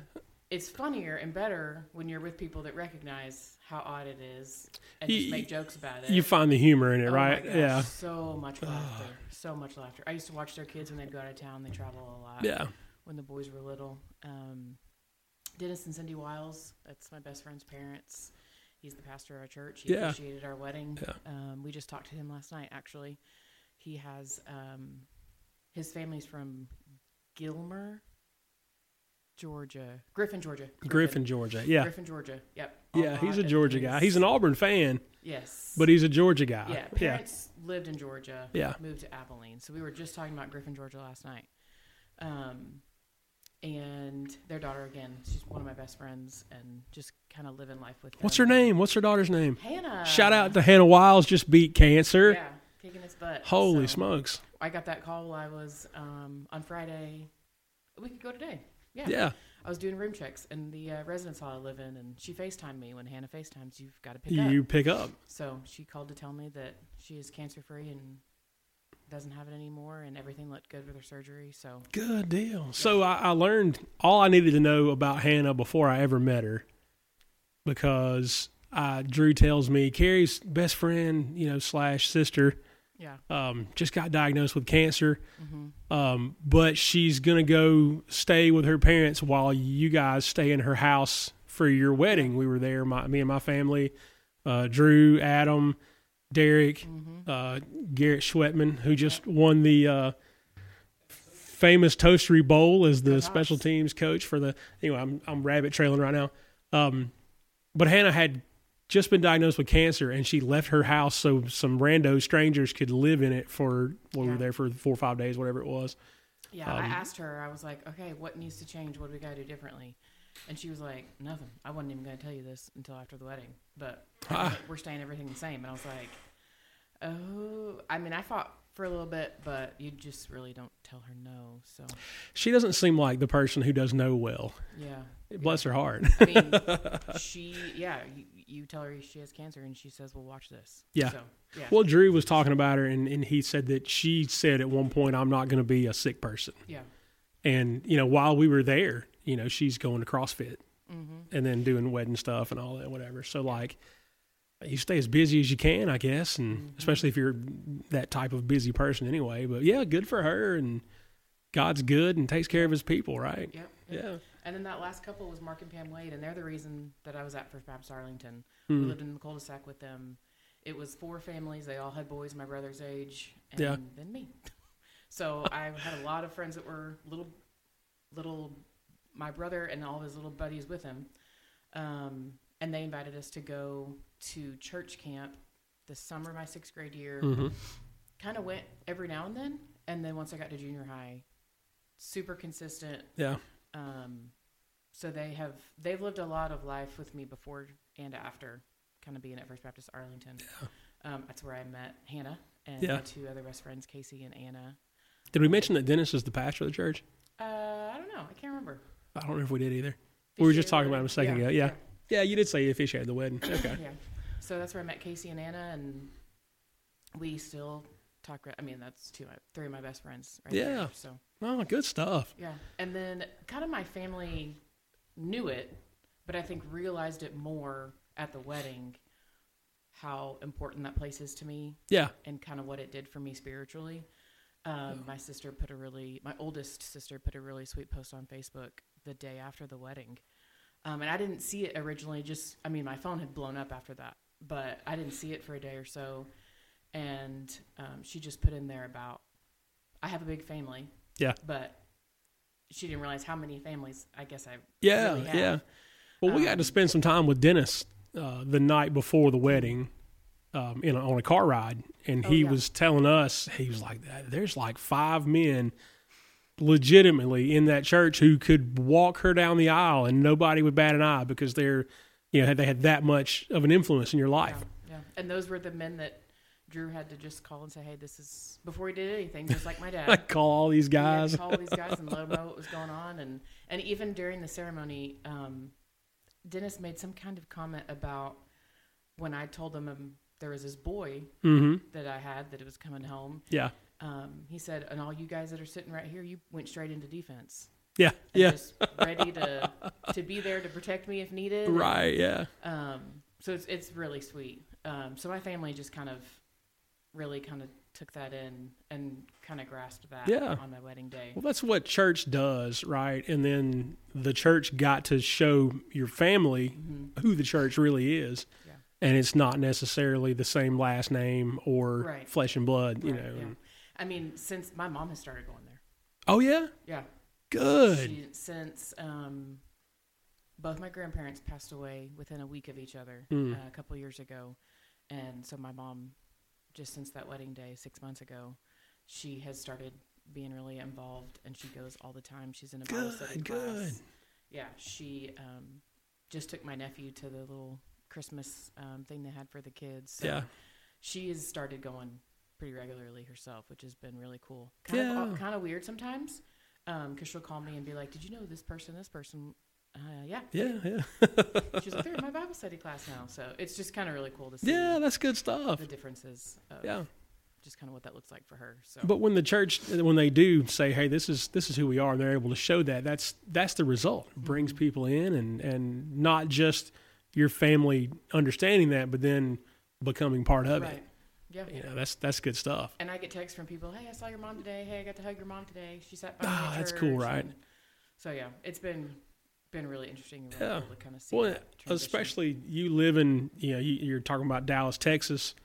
S2: it's funnier and better when you're with people that recognize how odd it is and
S1: You-
S2: just make jokes about it.
S1: you find the humor in it,
S2: Oh my
S1: right?
S2: gosh,
S1: yeah,
S2: So much laughter. So much laughter. I used to watch their kids when they'd go out of town. They travel a lot
S1: yeah.
S2: when the boys were little. Um, Dennis and Cindy Wiles, that's my best friend's parents. He's the pastor of our church. He
S1: Yeah.
S2: officiated our wedding.
S1: Yeah.
S2: Um, we just talked to him last night, actually. He has um, his family's from Gilmer, Georgia, Griffin, Georgia.
S1: Griffin, Georgia. Yeah,
S2: Griffin, Georgia. Yep.
S1: yeah. He's a
S2: Almont
S1: Georgia
S2: and
S1: guy. He's an Auburn fan,
S2: yes.
S1: but he's a Georgia guy.
S2: Yeah, parents lived in Georgia.
S1: Yeah.
S2: moved to Abilene. So we were just talking about Griffin, Georgia last night. Um, and their daughter again. She's one of my best friends, and just kind of living life with.
S1: What's her
S2: them.
S1: name? What's her daughter's name?
S2: Hannah.
S1: Shout out to Hannah Wiles. Just beat cancer.
S2: Uh, Yeah, kicking his butt.
S1: Holy
S2: So
S1: smokes!
S2: I got that call while I was um, on Friday. A week ago today. Yeah.
S1: Yeah,
S2: I was doing room checks in the uh, residence hall I live in, and she FaceTimed me. When Hannah FaceTimes, you've got to pick up.
S1: you pick up.
S2: So she called to tell me that she is cancer free and doesn't have it anymore, and everything looked good with her surgery. So
S1: Good deal. So I, I learned all I needed to know about Hannah before I ever met her, because uh, Drew tells me Carrie's best friend, you know, slash sister,
S2: yeah,
S1: um, just got diagnosed with cancer. Um, but she's going to go stay with her parents while you guys stay in her house for your wedding. We were there, my, me and my family, uh, Drew, Adam, Derek, uh, Garrett Schwetman, who just won the uh, famous Toastery Bowl as the
S2: Nice.
S1: special teams coach for the. Anyway, I'm, I'm rabbit trailing right now. Um, but Hannah had just been diagnosed with cancer and she left her house so some rando strangers could live in it for well, we were
S2: Yeah.
S1: there for four or five days, whatever it was.
S2: yeah. I
S1: Um,
S2: asked her. I was like, okay, what needs to change? What do we got to do differently? And she was like, nothing. I wasn't even going to tell you this until after the wedding,
S1: Ah.
S2: but we're staying everything the same. And I was like, oh, I mean, I fought for a little bit, but you just really don't tell her no. So
S1: She doesn't seem like the person who does know well.
S2: yeah,
S1: Bless her heart.
S2: I mean, she yeah, you, you tell her she has cancer, and she says, "Well, watch this."
S1: Yeah.
S2: So yeah,
S1: Well, Drew was talking about her, and, and he said that she said at one point, I'm not going to be a sick person.
S2: yeah,
S1: And, you know, while we were there, you know, she's going to CrossFit and then doing wedding stuff and all that, whatever. So, like, you stay as busy as you can, I guess, and especially if you're that type of busy person anyway. But yeah, good for her. And God's good and takes care of his people, right?
S2: yep,
S1: Yeah.
S2: yep. And then that last couple was Mark and Pam Wade, and they're the reason that I was at First Baptist Arlington.
S1: Hmm.
S2: We lived in the cul-de-sac with them. It was four families. They all had boys my brother's age, and
S1: Yeah.
S2: then me. So I had a lot of friends that were little, little, my brother and all his little buddies with him, um, and they invited us to go to church camp the summer of my sixth grade year.
S1: Hmm. Mm-hmm.
S2: Kind of went every now and then, and then once I got to junior high, super consistent.
S1: Yeah.
S2: Um, so they have they've lived a lot of life with me before and after, kind of being at First Baptist Arlington. Um, that's where I met Hannah and
S1: Yeah.
S2: my two other best friends, Casey and Anna.
S1: Did we mention that Dennis is the pastor of the church?
S2: Uh, I don't know. I can't remember.
S1: I don't know if we did either. we were just talking about him a second
S2: Yeah,
S1: ago. Yeah. Yeah, you did say you officiated the wedding. Okay.
S2: yeah. yeah. So that's where I met Casey and Anna, and we still talk. re- I mean, that's two, of my, three of my best friends. Right there,
S1: Yeah.
S2: so
S1: Oh, good stuff.
S2: Yeah. And then kind of my family knew it, but I think realized it more at the wedding how important that place is to me
S1: Yeah.
S2: and kind of what it did for me spiritually. Um, my sister put a really, my oldest sister put a really sweet post on Facebook the day after the wedding. Um, and I didn't see it originally, just, I mean, my phone had blown up after that, but I didn't see it for a day or so. And um, she just put in there about, I have a big family.
S1: Yeah.
S2: But she didn't realize how many families I guess I
S1: Yeah,
S2: really have. Um,
S1: yeah. Well, we got to spend some time with Dennis uh, the night before the wedding, um, in a, on a car ride, and
S2: Oh,
S1: he
S2: yeah.
S1: was telling us he was like, "There's like five men, legitimately in that church who could walk her down the aisle, and nobody would bat an eye because they're, you know, had they had that much of an influence in your life."
S2: Yeah, yeah. And those were the men that Drew had to just call and say, "Hey, this is before he did anything." Just like my
S1: I
S2: dad,
S1: call all these
S2: He had
S1: guys.
S2: to call all these guys and let them know what was going on. And and even during the ceremony, um, Dennis made some kind of comment about when I told him um, there was this boy
S1: hmm
S2: that I had that was coming home.
S1: Yeah,
S2: Um, he said, "And all you guys that are sitting right here, you went straight into defense."
S1: yeah,
S2: And
S1: yeah.
S2: Just ready to to be there to protect me if needed. and-
S1: Right. Yeah.
S2: um, so it's it's really sweet. Um, so my family just kind of really kind of took that in and kind of grasped that
S1: Yeah.
S2: on my wedding day.
S1: Well, that's what church does, right? And then the church got to show your family who the church really is.
S2: Mm-hmm. Yeah.
S1: And it's not necessarily the same last name or
S2: Right.
S1: flesh and blood, you
S2: Right,
S1: know.
S2: yeah. I mean, since my mom has started going there,
S1: Oh, yeah?
S2: yeah,
S1: Good.
S2: She, since um, both my grandparents passed away within a week of each other
S1: Hmm.
S2: uh, a couple years ago, and so my mom, just since that wedding day six months ago, she has started being really involved, and she goes all the time. She's in a Bible study
S1: Good, good.
S2: class. Yeah, she um, just took my nephew to the little Christmas um, thing they had for the kids. So
S1: Yeah.
S2: she has started going pretty regularly herself, which has been really cool. Kind
S1: Yeah.
S2: of kind of weird sometimes, because she'll call me and be like, "Did you know this person? This person." Uh, yeah,
S1: Yeah, yeah.
S2: she's like, they're in my Bible study class now, so it's just kind of really cool to see
S1: Yeah, that's good stuff.
S2: the differences. Of
S1: Yeah.
S2: just kind of what that looks like for her. So
S1: But when the church when they do say, "Hey, this is this is who we are," and they're able to show that, that's that's the result. It brings
S2: Mm-hmm.
S1: people in and and not just your family understanding that, but then becoming part of
S2: right,
S1: it.
S2: yeah.
S1: You know, that's that's good stuff.
S2: And I get texts from people, "Hey, I saw your mom today. Hey, I got to hug your mom today. She sat by me."
S1: Ah,
S2: at
S1: that's cool,
S2: church,"
S1: right?
S2: and- so yeah, it's been been really interesting and really
S1: Yeah.
S2: cool to kind of see.
S1: Well,
S2: that transition.
S1: especially you live in, you know, you, you're talking about Dallas, Texas.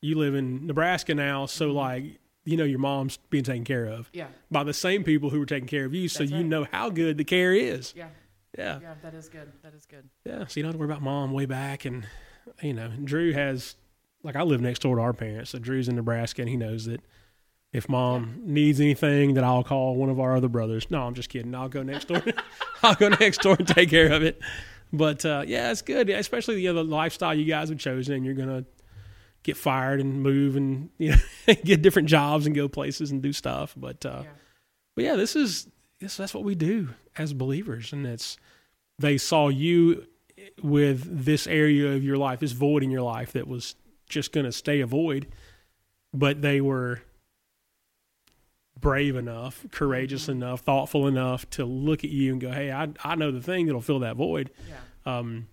S1: You live in Nebraska now,
S2: Mm-hmm.
S1: so like, you know, your mom's being taken care of
S2: yeah,
S1: by the same people who were taking care of you, so
S2: That's
S1: you
S2: right.
S1: know how good the care is.
S2: yeah,
S1: Yeah. yeah,
S2: yeah. That is good. That is good.
S1: So you don't have to worry about mom way back, and you know, Drew has like I live next door to our parents, so Drew's in Nebraska, and he knows that. If mom needs anything, that I'll call one of our other brothers. No, I'm just kidding. I'll go next door. I'll go next door and take care of it. But uh, yeah, it's good, especially you know, the other lifestyle you guys have chosen, and you're gonna get fired and move and you know get different jobs and go places and do stuff. But uh,
S2: Yeah.
S1: but yeah, this is this, that's what we do as believers, and it's they saw you with this area of your life, this void in your life that was just going to stay a void, but they were brave enough, courageous enough, thoughtful enough to look at you and go, "Hey, I I know the thing that'll fill that void."
S2: Yeah.
S1: um,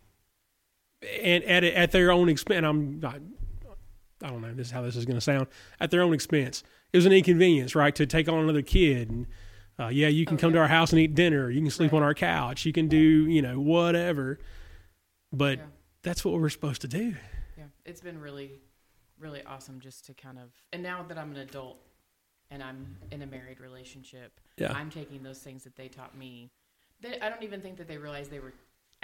S1: and at at their own expense. I'm not. I don't know. This is how this is going to sound. At their own expense, it was an inconvenience, right? To take on another kid, and uh, yeah, you can
S2: Oh,
S1: come to
S2: yeah.
S1: our house and eat dinner. You can sleep
S2: Right.
S1: on our couch. You can do you know whatever. But
S2: Yeah.
S1: that's what we're supposed to do.
S2: Yeah, it's been really, really awesome just to kind of. And now that I'm an adult and I'm in a married relationship,
S1: Yeah.
S2: I'm taking those things that they taught me. They, I don't even think that they realized they were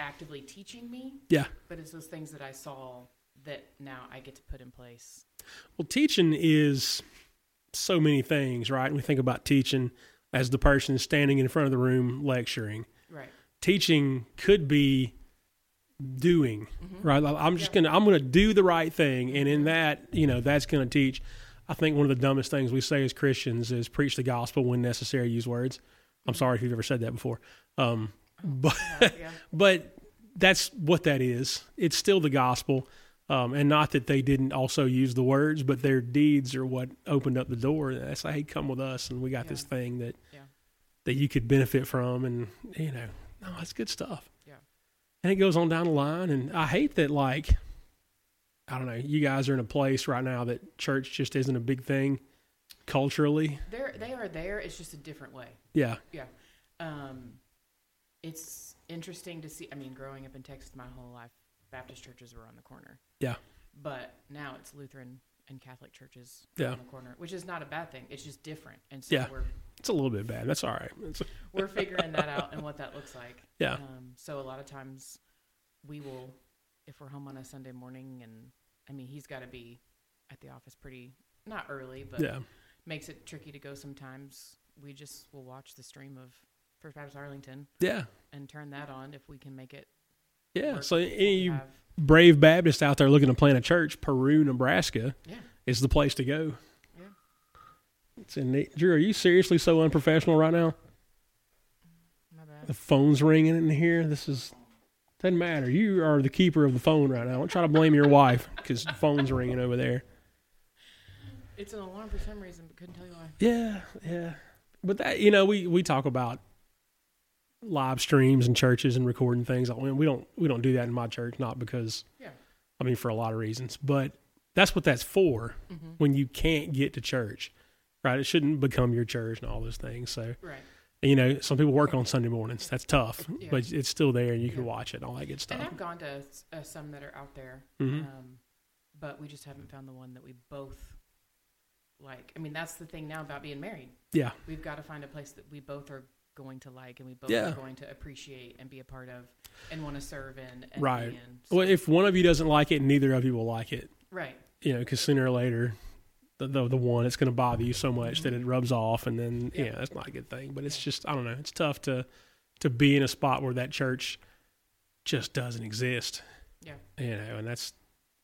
S2: actively teaching me,
S1: Yeah.
S2: but it's those things that I saw that now I get to put in place.
S1: Well, teaching is so many things, right? And we think about teaching as the person standing in front of the room lecturing.
S2: Right.
S1: teaching could be doing right Like, i'm just gonna i'm gonna do the right thing and in that you know that's gonna teach i think one of the dumbest things we say as christians is preach the gospel when necessary use words i'm sorry if you've ever said that before um, but
S2: yeah.
S1: but that's what that is it's still the gospel um, and not that they didn't also use the words but their deeds are what opened up the door that's like hey come with us and we got
S2: Yeah.
S1: this thing that
S2: Yeah.
S1: that you could benefit from and you know no that's good stuff
S2: Yeah.
S1: and it goes on down the line and i hate that like i don't know you guys are in a place right now that church just isn't a big thing culturally
S2: They're, they are there. It's just a different way.
S1: yeah
S2: Yeah. Um, it's interesting to see. I mean, growing up in Texas my whole life, Baptist churches were on the corner.
S1: Yeah.
S2: But now it's Lutheran and Catholic churches
S1: Yeah.
S2: on the corner, which is not a bad thing. It's just different. And so
S1: Yeah.
S2: we're,
S1: it's a little bit bad that's all right It's-
S2: we're figuring that out and what that looks like.
S1: Yeah.
S2: Um, so a lot of times we will, if we're home on a Sunday morning, and I mean, he's got to be at the office pretty, not early, but
S1: yeah
S2: makes it tricky to go sometimes. We just will watch the stream of First Baptist Arlington
S1: yeah
S2: and turn that on if we can make it.
S1: yeah
S2: work
S1: so
S2: with what we
S1: any of Eh, you
S2: have.
S1: brave baptist out there looking to plant a church peru nebraska
S2: yeah,
S1: is the place to go
S2: Yeah.
S1: it's in neat. drew are you seriously so unprofessional right now
S2: my
S1: The
S2: bad.
S1: phone's ringing in here. This is doesn't matter. You are the keeper of the phone right now. Don't try to blame your wife because the phone's ringing over there.
S2: It's an alarm for some reason, but couldn't tell you why.
S1: Yeah, yeah. But that you know, we we talk about live streams and churches and recording things. I mean, we don't we don't do that in my church, not because
S2: Yeah,
S1: I mean for a lot of reasons, but that's what that's for. When you can't get to church, right? It shouldn't become your church and all those things. So
S2: right.
S1: you know, some people work on Sunday mornings. That's tough,
S2: Yeah.
S1: but it's still there and you can
S2: Yeah.
S1: watch it. and All that good stuff.
S2: And I've gone to s- uh, some that are out there,
S1: Mhm.
S2: um, but we just haven't found the one that we both like. I mean, that's the thing now about being married.
S1: yeah.
S2: We've got to find a place that we both are going to like and we both
S1: Yeah.
S2: are going to appreciate and be a part of and want to serve in. And
S1: Right.
S2: Be in. So-
S1: Well, if one of you doesn't like it, neither of you will like it.
S2: right.
S1: You know, because sooner or later, the the, the one it's going to bother you so much that it rubs off, and then yeah.
S2: Yeah.
S1: that's not a good thing. But it's just I don't know. It's tough to to be in a spot where that church just doesn't exist.
S2: Yeah.
S1: You know, and that's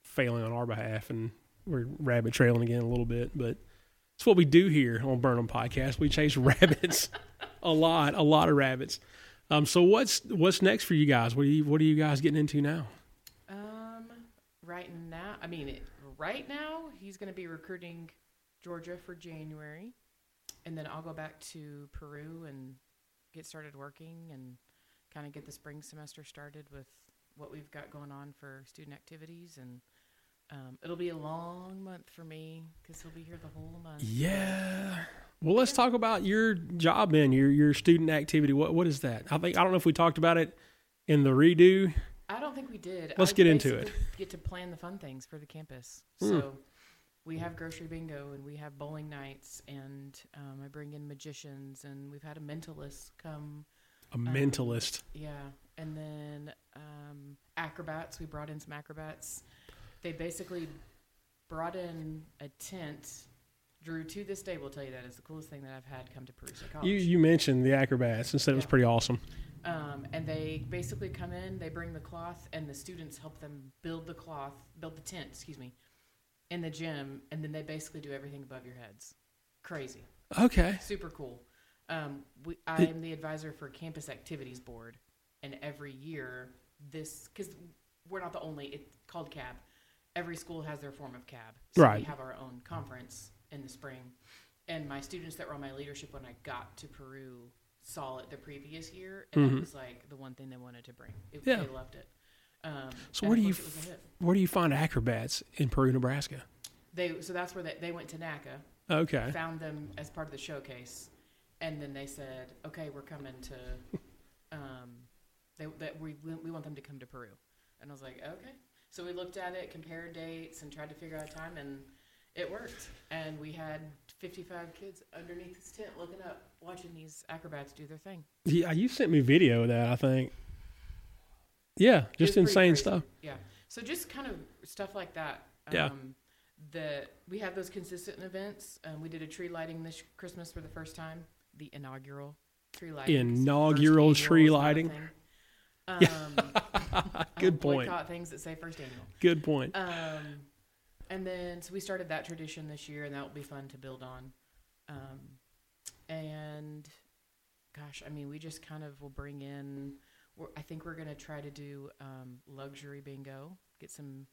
S1: failing on our behalf, and we're rabbit trailing again a little bit, but it's what we do here on Burnham Podcast. We chase rabbits a lot, a lot of rabbits. Um, so what's what's next for you guys? What are you what are you guys getting into now?
S2: Um, right now, I mean, it, right now he's going to be recruiting Georgia for January, and then I'll go back to Peru and get started working and kind of get the spring semester started with what we've got going on for student activities and. Um, it'll be a long month for me because he'll be here the whole month.
S1: Yeah. Well, let's talk about your job then, your your student activity. What what is that? I think I don't know if we talked about it in the redo.
S2: I don't think we did.
S1: Let's
S2: I
S1: get into it. Hmm.
S2: basically Get to plan the fun things for the campus. So we have grocery bingo and we have bowling nights and um, I bring in magicians and we've had a mentalist come.
S1: A mentalist.
S2: Yeah, and then um, acrobats. We brought in some acrobats. They basically brought in a tent. Drew to this day will tell you that is the coolest thing that I've had come to Peru State College.
S1: You you mentioned the acrobats and said it was
S2: oh, Yeah.
S1: pretty awesome.
S2: Um, and they basically come in, they bring the cloth, and the students help them build the cloth, build the tent, excuse me, in the gym, and then they basically do everything above your heads. Crazy,
S1: Okay.
S2: super cool. Um, we, I am the advisor for Campus Activities Board, and every year this because we're not the only it's called CAB. Every school has their form of CAB, so
S1: Right.
S2: we have our own conference in the spring. And my students that were on my leadership when I got to Peru saw it the previous year, and it was like the one thing they wanted to bring. It,
S1: Mm-hmm. Yeah.
S2: They loved it. Um,
S1: So
S2: and
S1: where
S2: of
S1: do you
S2: course it was a
S1: f-
S2: hit.
S1: where do you find acrobats in Peru, Nebraska?
S2: They so that's where they, they went to NACA,
S1: Okay.
S2: found them as part of the showcase, and then they said, "Okay, we're coming to, um, they that we we want them to come to Peru," and I was like, "Okay." So we looked at it, compared dates, and tried to figure out a time, and it worked. And we had 55 kids underneath this tent looking up, watching these acrobats do their thing.
S1: Yeah, you sent me video of that. I think. Yeah,
S2: It
S1: just
S2: was pretty
S1: insane
S2: crazy.
S1: stuff.
S2: Yeah. So just kind of stuff like that.
S1: Yeah.
S2: Um, the we have those consistent events. Um, we did a tree lighting this Christmas for the first time, the inaugural tree lighting.
S1: Inaugural
S2: First
S1: tree
S2: annual is
S1: lighting.
S2: not a thing. Um, I
S1: Good
S2: don't
S1: point.
S2: boycott things that say first annual.
S1: Good point.
S2: Um, and then so we started that tradition this year, and that will be fun to build on. Um, and gosh, I mean, we just kind of will bring in. We're, I think we're going to try to do um, luxury bingo, get some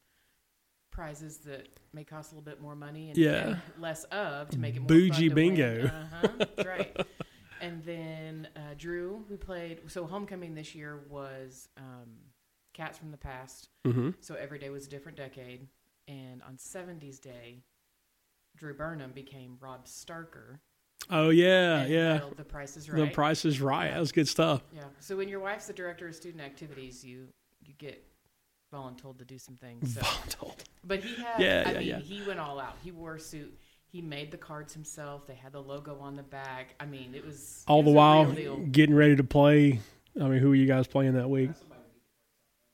S2: prizes that may cost a little bit more money and,
S1: Yeah.
S2: and less of to make it more
S1: Bougie
S2: fun to win.
S1: bingo.
S2: Uh-huh, that's right. And then uh, Drew, who played so homecoming this year was um, Cats from the Past.
S1: hmm
S2: So every day was a different decade. And on 70s Day, Drew Burnham became Rob Starker.
S1: Oh yeah,
S2: and
S1: yeah.
S2: held The Price is
S1: The
S2: Right.
S1: Price is Right. That was good stuff.
S2: yeah. So when your wife's the director of student activities, you you get voluntold to do some things. So.
S1: Volatile.
S2: But he had,
S1: Yeah,
S2: I
S1: yeah,
S2: mean,
S1: yeah.
S2: he went all out. He wore a suit. He made the cards himself. They had the logo on the back. I mean, it was
S1: All
S2: it
S1: the
S2: was a
S1: while
S2: real deal.
S1: getting ready to play. I mean, who are you guys playing that week?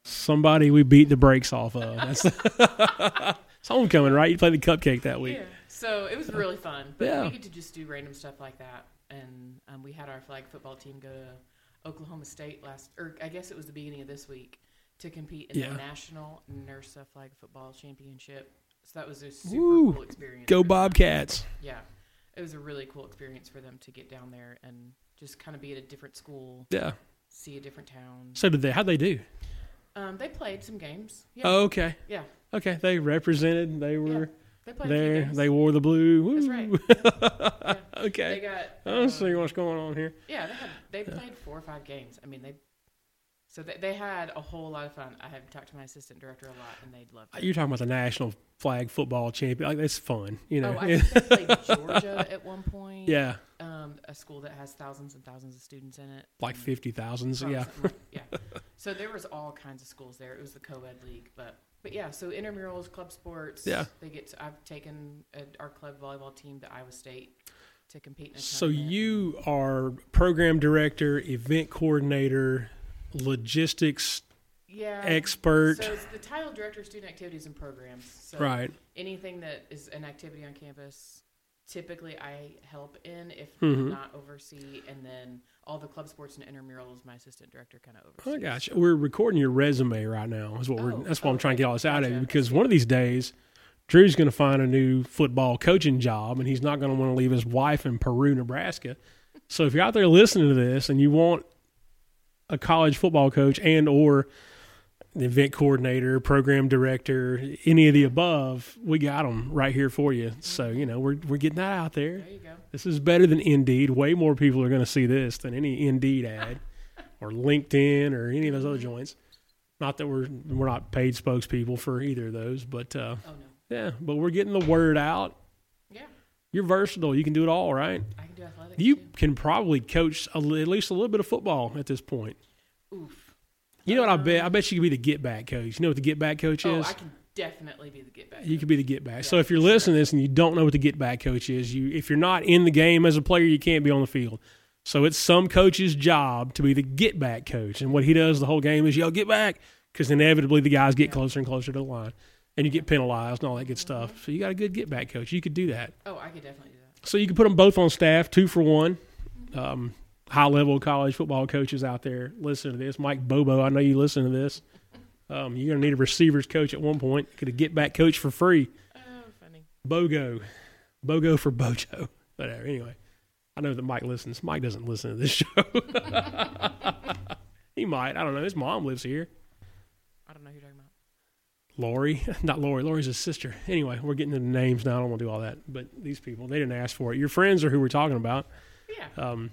S1: Somebody we beat the brakes off of. That's it's homecoming, right? You played the cupcake that week.
S2: Yeah. So it was really fun. But
S1: Yeah.
S2: we get to just do random stuff like that. And um, we had our flag football team go to Oklahoma State last, or I guess it was the beginning of this week, to compete in
S1: Yeah.
S2: the National E NERSA Flag Football Championship. So that was a super
S1: Woo.
S2: cool experience.
S1: Go
S2: for them.
S1: Bobcats.
S2: Yeah. It was a really cool experience for them to get down there and just kind of be at a different school,
S1: Yeah.
S2: see a different town.
S1: So did they? How'd they do?
S2: Um, they played some games. Yeah.
S1: Oh, okay.
S2: Yeah.
S1: Okay. They represented. They
S2: yeah.
S1: were
S2: They played a few
S1: there.
S2: games.
S1: They wore the blue. Woo.
S2: That's right. Yeah. They
S1: Okay.
S2: got.
S1: I don't
S2: um,
S1: see what's going on here.
S2: Yeah, they had they played four or five games. I mean, they so they, they had a whole lot of fun. I have talked to my assistant director a lot, and they loved it.
S1: Uh, You're talking about the national flag football champion. Like that's fun. You know.
S2: Oh, I think they played Georgia at one point.
S1: yeah.
S2: um, a school that has thousands and thousands of students in it. Um,
S1: Like
S2: and
S1: fifty thousands.
S2: probably
S1: Yeah.
S2: something like- yeah. So there was all kinds of schools there. It was the co-ed league, but but yeah. So intramurals, club sports.
S1: Yeah.
S2: they get. To, I've taken uh our club volleyball team to Iowa State to compete in. A
S1: So
S2: tournament.
S1: you are program director, event coordinator, logistics
S2: yeah
S1: expert,
S2: So it's the title director of student activities and programs. So
S1: right?
S2: anything that is an activity on campus typically i help in if
S1: Mhm.
S2: not oversee and then all the club sports and intramurals my assistant director kind of
S1: Oh,
S2: oversees
S1: I got you. We're recording your resume right now. Is what
S2: Oh,
S1: we're. That's why I'm trying to get all this out of you
S2: Gotcha.
S1: because one of these days, Drew's going to find a new football coaching job, and he's not going to want to leave his wife in Peru, Nebraska. So if you're out there listening to this and you want a college football coach and or the event coordinator, program director, any of the above, we got them right here for you. So you know we're we're getting that out there.
S2: there you go
S1: This is better than Indeed. Way more people are going to see this than any Indeed ad or LinkedIn or any of those other joints. Not that we're we're not paid spokespeople for either of those, but uh,
S2: oh no
S1: yeah, but we're getting the word out.
S2: yeah
S1: You're versatile. You can do it all, right?
S2: i can do athletics
S1: You
S2: too.
S1: can probably coach a, li- at least a little bit of football at this point.
S2: oof
S1: You know what I bet? I bet you could be the get back coach. You know what the get back coach
S2: oh
S1: is?
S2: i can definitely be the get back
S1: You could be the get back. so
S2: Yeah,
S1: if you're listening to this and you don't know what the get back coach is, you if you're not in the game as a player, you can't be on the field. So it's some coach's job to be the get back coach, and what he does the whole game is yell get back because inevitably the guys get closer and closer to the line, and you get penalized and all that good stuff. So you got a good get back coach. You could do that.
S2: oh i could definitely do that
S1: So you can put them both on staff, two for one. Um, high level college football coaches out there listen to this. Mike Bobo, I know you listen to this. Um, you're gonna need a receivers coach at one point. Could a get back coach for free.
S2: oh
S1: Bogo, Bogo for Bojo. Whatever. Anyway, I know that Mike listens. Mike doesn't listen to this show. he might. I don't know. His mom lives here.
S2: I don't know who you're talking about.
S1: Lori, not Lori. Lori's his sister. Anyway, we're getting into names now. I don't want to do all that. But these people, they didn't ask for it. Your friends are who we're talking about.
S2: Yeah.
S1: Um,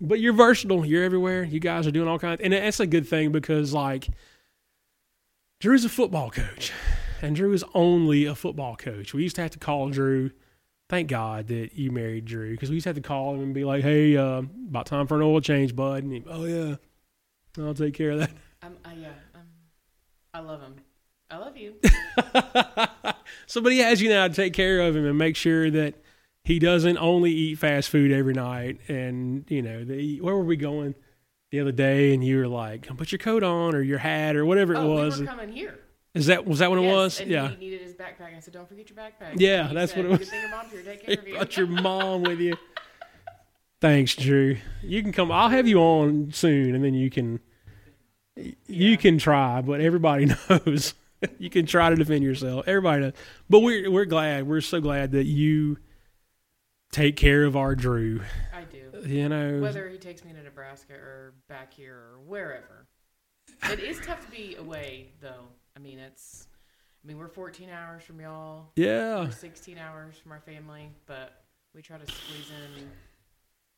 S1: but you're versatile. You're everywhere. You guys are doing all kinds, and that's a good thing because like Drew's a football coach, and Drew is only a football coach. We used to have to call Drew. Thank God that you married Drew because we used to have to call him and be like, "Hey, uh, about time for an oil change, bud." And he, oh yeah, I'll take care of that.
S2: Um, I, yeah. Um, I love him. I love you.
S1: Somebody has you now to take care of him and make sure that he doesn't only eat fast food every night. And you know, the, where were we going the other day? And you were like, "Come put your coat on or your hat or whatever it
S2: oh,
S1: was."
S2: we were coming here.
S1: Is that was that what
S2: Yes,
S1: it was?
S2: And
S1: yeah,
S2: He needed his backpack. I said, "Don't forget your backpack."
S1: Yeah,
S2: And he
S1: that's
S2: said,
S1: what it was.
S2: Good thing your mom's here. Take care
S1: you
S2: of you.
S1: brought your mom with you. Thanks, Drew. You can come. I'll have you on soon, and then you can you can try. But everybody knows you can try to defend yourself. Everybody knows. But we're we're glad. We're so glad that you take care of our Drew.
S2: I do.
S1: You know,
S2: Whether he takes me to Nebraska or back here or wherever, it is tough to be away though. I mean, it's. I mean, we're 14 hours from y'all.
S1: yeah,
S2: We're 16 hours from our family, but we try to squeeze in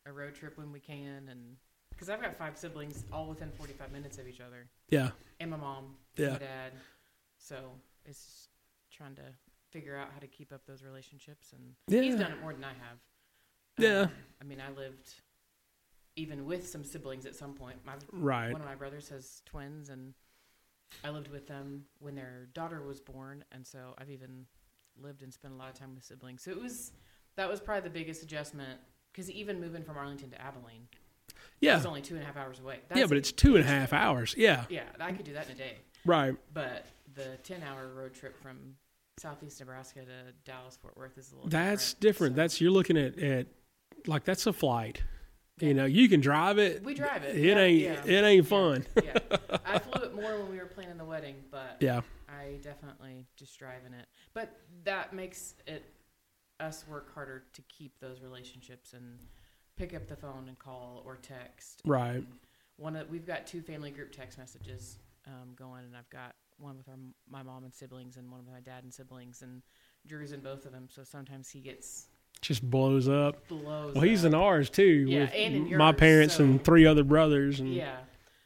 S2: a road trip when we can, and because I've got five siblings, all within 45 minutes of each other.
S1: yeah.
S2: and my mom,
S1: Yeah.
S2: and my dad. So it's just trying to figure out how to keep up those relationships, and he's
S1: Yeah.
S2: done it more than I have.
S1: Yeah.
S2: Um, I mean, I lived even with some siblings at some point. My
S1: Right.
S2: one of my brothers has twins, and I lived with them when their daughter was born, and so I've even lived and spent a lot of time with siblings. So it was that was probably the biggest adjustment because even moving from Arlington to Abilene, it
S1: Yeah.
S2: was only two and a half hours away.
S1: Yeah, but
S2: a-
S1: it's two and a half hours. Yeah.
S2: yeah, I could do that in a day.
S1: Right.
S2: But the 10 hour road trip from southeast Nebraska to Dallas Fort Worth is a little
S1: That's different.
S2: different. So
S1: That's you're looking at, at like that's a flight.
S2: Yeah.
S1: You know, you can drive it.
S2: we drive it.
S1: It ain't it ain't fun.
S2: yeah. I flew it more when we were planning the wedding, but
S1: Yeah.
S2: I definitely just driving it. But that makes it us work harder to keep those relationships and pick up the phone and call or text.
S1: Right.
S2: And One of we've got two family group text messages um, going, and I've got one with our, m- my mom and siblings, and one with my dad and siblings, and Drew's in both of them. So sometimes he gets
S1: Just blows up.
S2: blows.
S1: Well, he's
S2: up.
S1: in ours too
S2: Yeah,
S1: with
S2: and in
S1: my
S2: yours,
S1: parents
S2: so-
S1: and three other brothers and
S2: Yeah.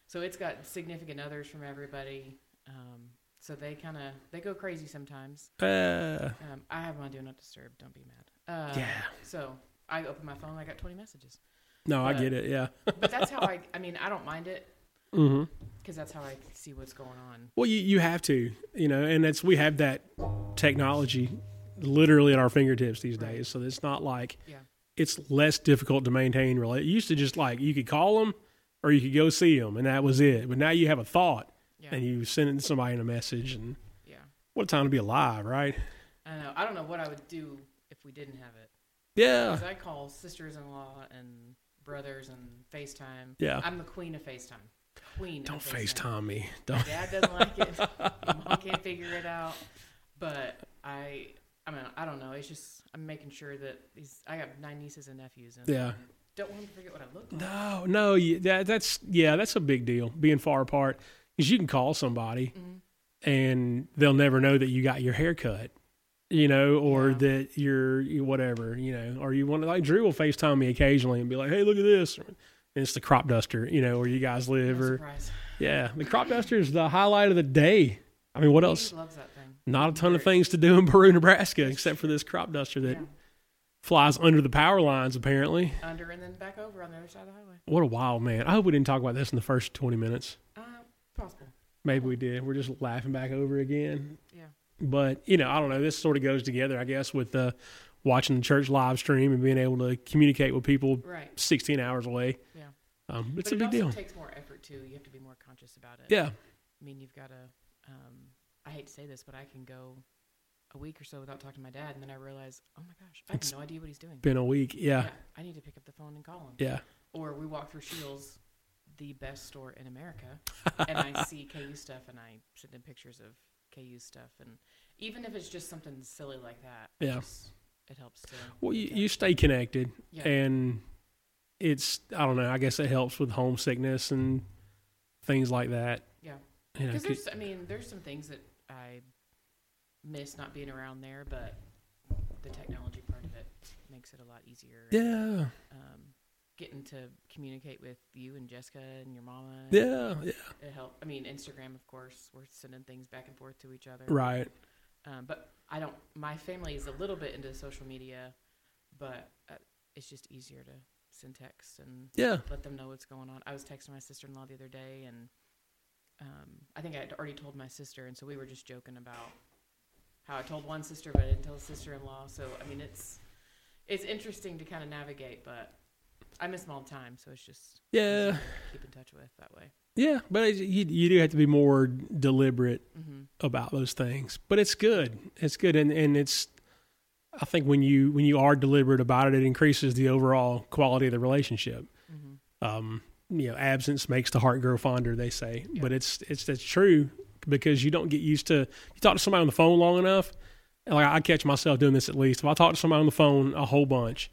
S2: So it's got significant others from everybody. Um, so they kind of they go crazy sometimes.
S1: uh,
S2: Um, I have my do not disturb. Don't be mad. Uh,
S1: yeah.
S2: So I open my phone. I got twenty messages.
S1: No, I
S2: but-
S1: get it. Yeah.
S2: But that's how I. I mean, I don't mind it
S1: Mhm.
S2: because that's how I see what's going on.
S1: Well, you you have to, you know, and it's we have that technology literally at our fingertips these
S2: Right.
S1: days. So it's not like
S2: Yeah.
S1: it's less difficult to maintain rela- It used to just like you could call them or you could go see them, and that was it. But now you have a thought
S2: Yeah.
S1: and you send it to somebody in a message, and
S2: Yeah.
S1: what a time to be alive, right?
S2: I don't know. I don't know what I would do if we didn't have it.
S1: Yeah,
S2: 'Cause I call sisters-in-law and brothers and FaceTime.
S1: Yeah.
S2: I'm the queen of FaceTime. Queen.
S1: don't
S2: of FaceTime.
S1: FaceTime me.
S2: My
S1: Don't.
S2: dad doesn't like it. My mom can't figure it out. But I, I mean, I don't know. It's just I'm making sure that these. I have nine nieces and nephews, and
S1: Yeah.
S2: don't want them to forget what I look like.
S1: No, no, you- that, that's yeah, that's a big deal. Being far apart because you can call somebody and they'll never know that you got your hair cut, you know, or
S2: Yeah.
S1: that you're you- whatever, you know, or you want to like Drew will Facetime me occasionally and be like, "Hey, look at this," and it's the crop duster, you know, where you guys live,
S2: No
S1: or
S2: surprise.
S1: yeah, the crop duster is the highlight of the day. I mean, what else?
S2: He loves that thing.
S1: Not a ton of things to do in Peru, Nebraska, except for this crop duster that flies under the power lines. Apparently,
S2: Under and then back over on the other side of the highway.
S1: what a wild man! I hope we didn't talk about this in the first twenty minutes.
S2: Uh, possible.
S1: Maybe we did. We're just laughing back over again.
S2: Yeah.
S1: But you know, I don't know. This sort of goes together, I guess, with uh, watching the church live stream and being able to communicate with people
S2: Right.
S1: 16 hours away.
S2: Yeah.
S1: Um, it's
S2: but
S1: a
S2: it
S1: big deal.
S2: also takes more effort too. You have to be more conscious about it.
S1: yeah.
S2: I mean, you've got to. Um, I hate to say this, but I can go a week or so without talking to my dad, and then I realize, oh my gosh, I have
S1: It's
S2: no idea what he's doing.
S1: Been a week. Yeah.
S2: yeah, I need to pick up the phone and call him.
S1: Yeah.
S2: or we walk through Shields, the best store in America, and I see KU stuff, and I send them pictures of KU stuff, and even if it's just something silly like that,
S1: Yeah.
S2: just- it helps to.
S1: Well, you, you stay connected,
S2: Yeah.
S1: and it's I don't know. I guess it helps with homesickness and things like that.
S2: Yeah.
S1: You know,
S2: Because
S1: 'cause-
S2: there's, I mean, there's some things that I miss not being around there, but the technology part of it makes it a lot easier.
S1: yeah,
S2: Um, getting to communicate with you and Jessica and your mama. and
S1: yeah, yeah,
S2: It helped. I mean, Instagram, of course, we're sending things back and forth to each other.
S1: right.
S2: Um, but I don't. My family is a little bit into social media, but uh, it's just easier to send text and
S1: Yeah,
S2: let them know what's going on. I was texting my sister in law the other day, and um, I think I had already told my sister, and so we were just joking about how I told one sister, but I didn't tell sister in law. So I mean, it's it's interesting to kind of navigate, but I miss them all the time, so it's just
S1: Yeah.
S2: easier to keep in touch with that way.
S1: yeah. But it, you you do have to be more deliberate
S2: hmm
S1: about those things. But it's good. It's good, and and it's. I think when you when you are deliberate about it, it increases the overall quality of the relationship.
S2: Mhm.
S1: Um, you know, absence makes the heart grow fonder, they say.
S2: Yeah.
S1: But it's it's that's true because you don't get used to. You talk to somebody on the phone long enough. Like I catch myself doing this at least. If I talk to somebody on the phone a whole bunch,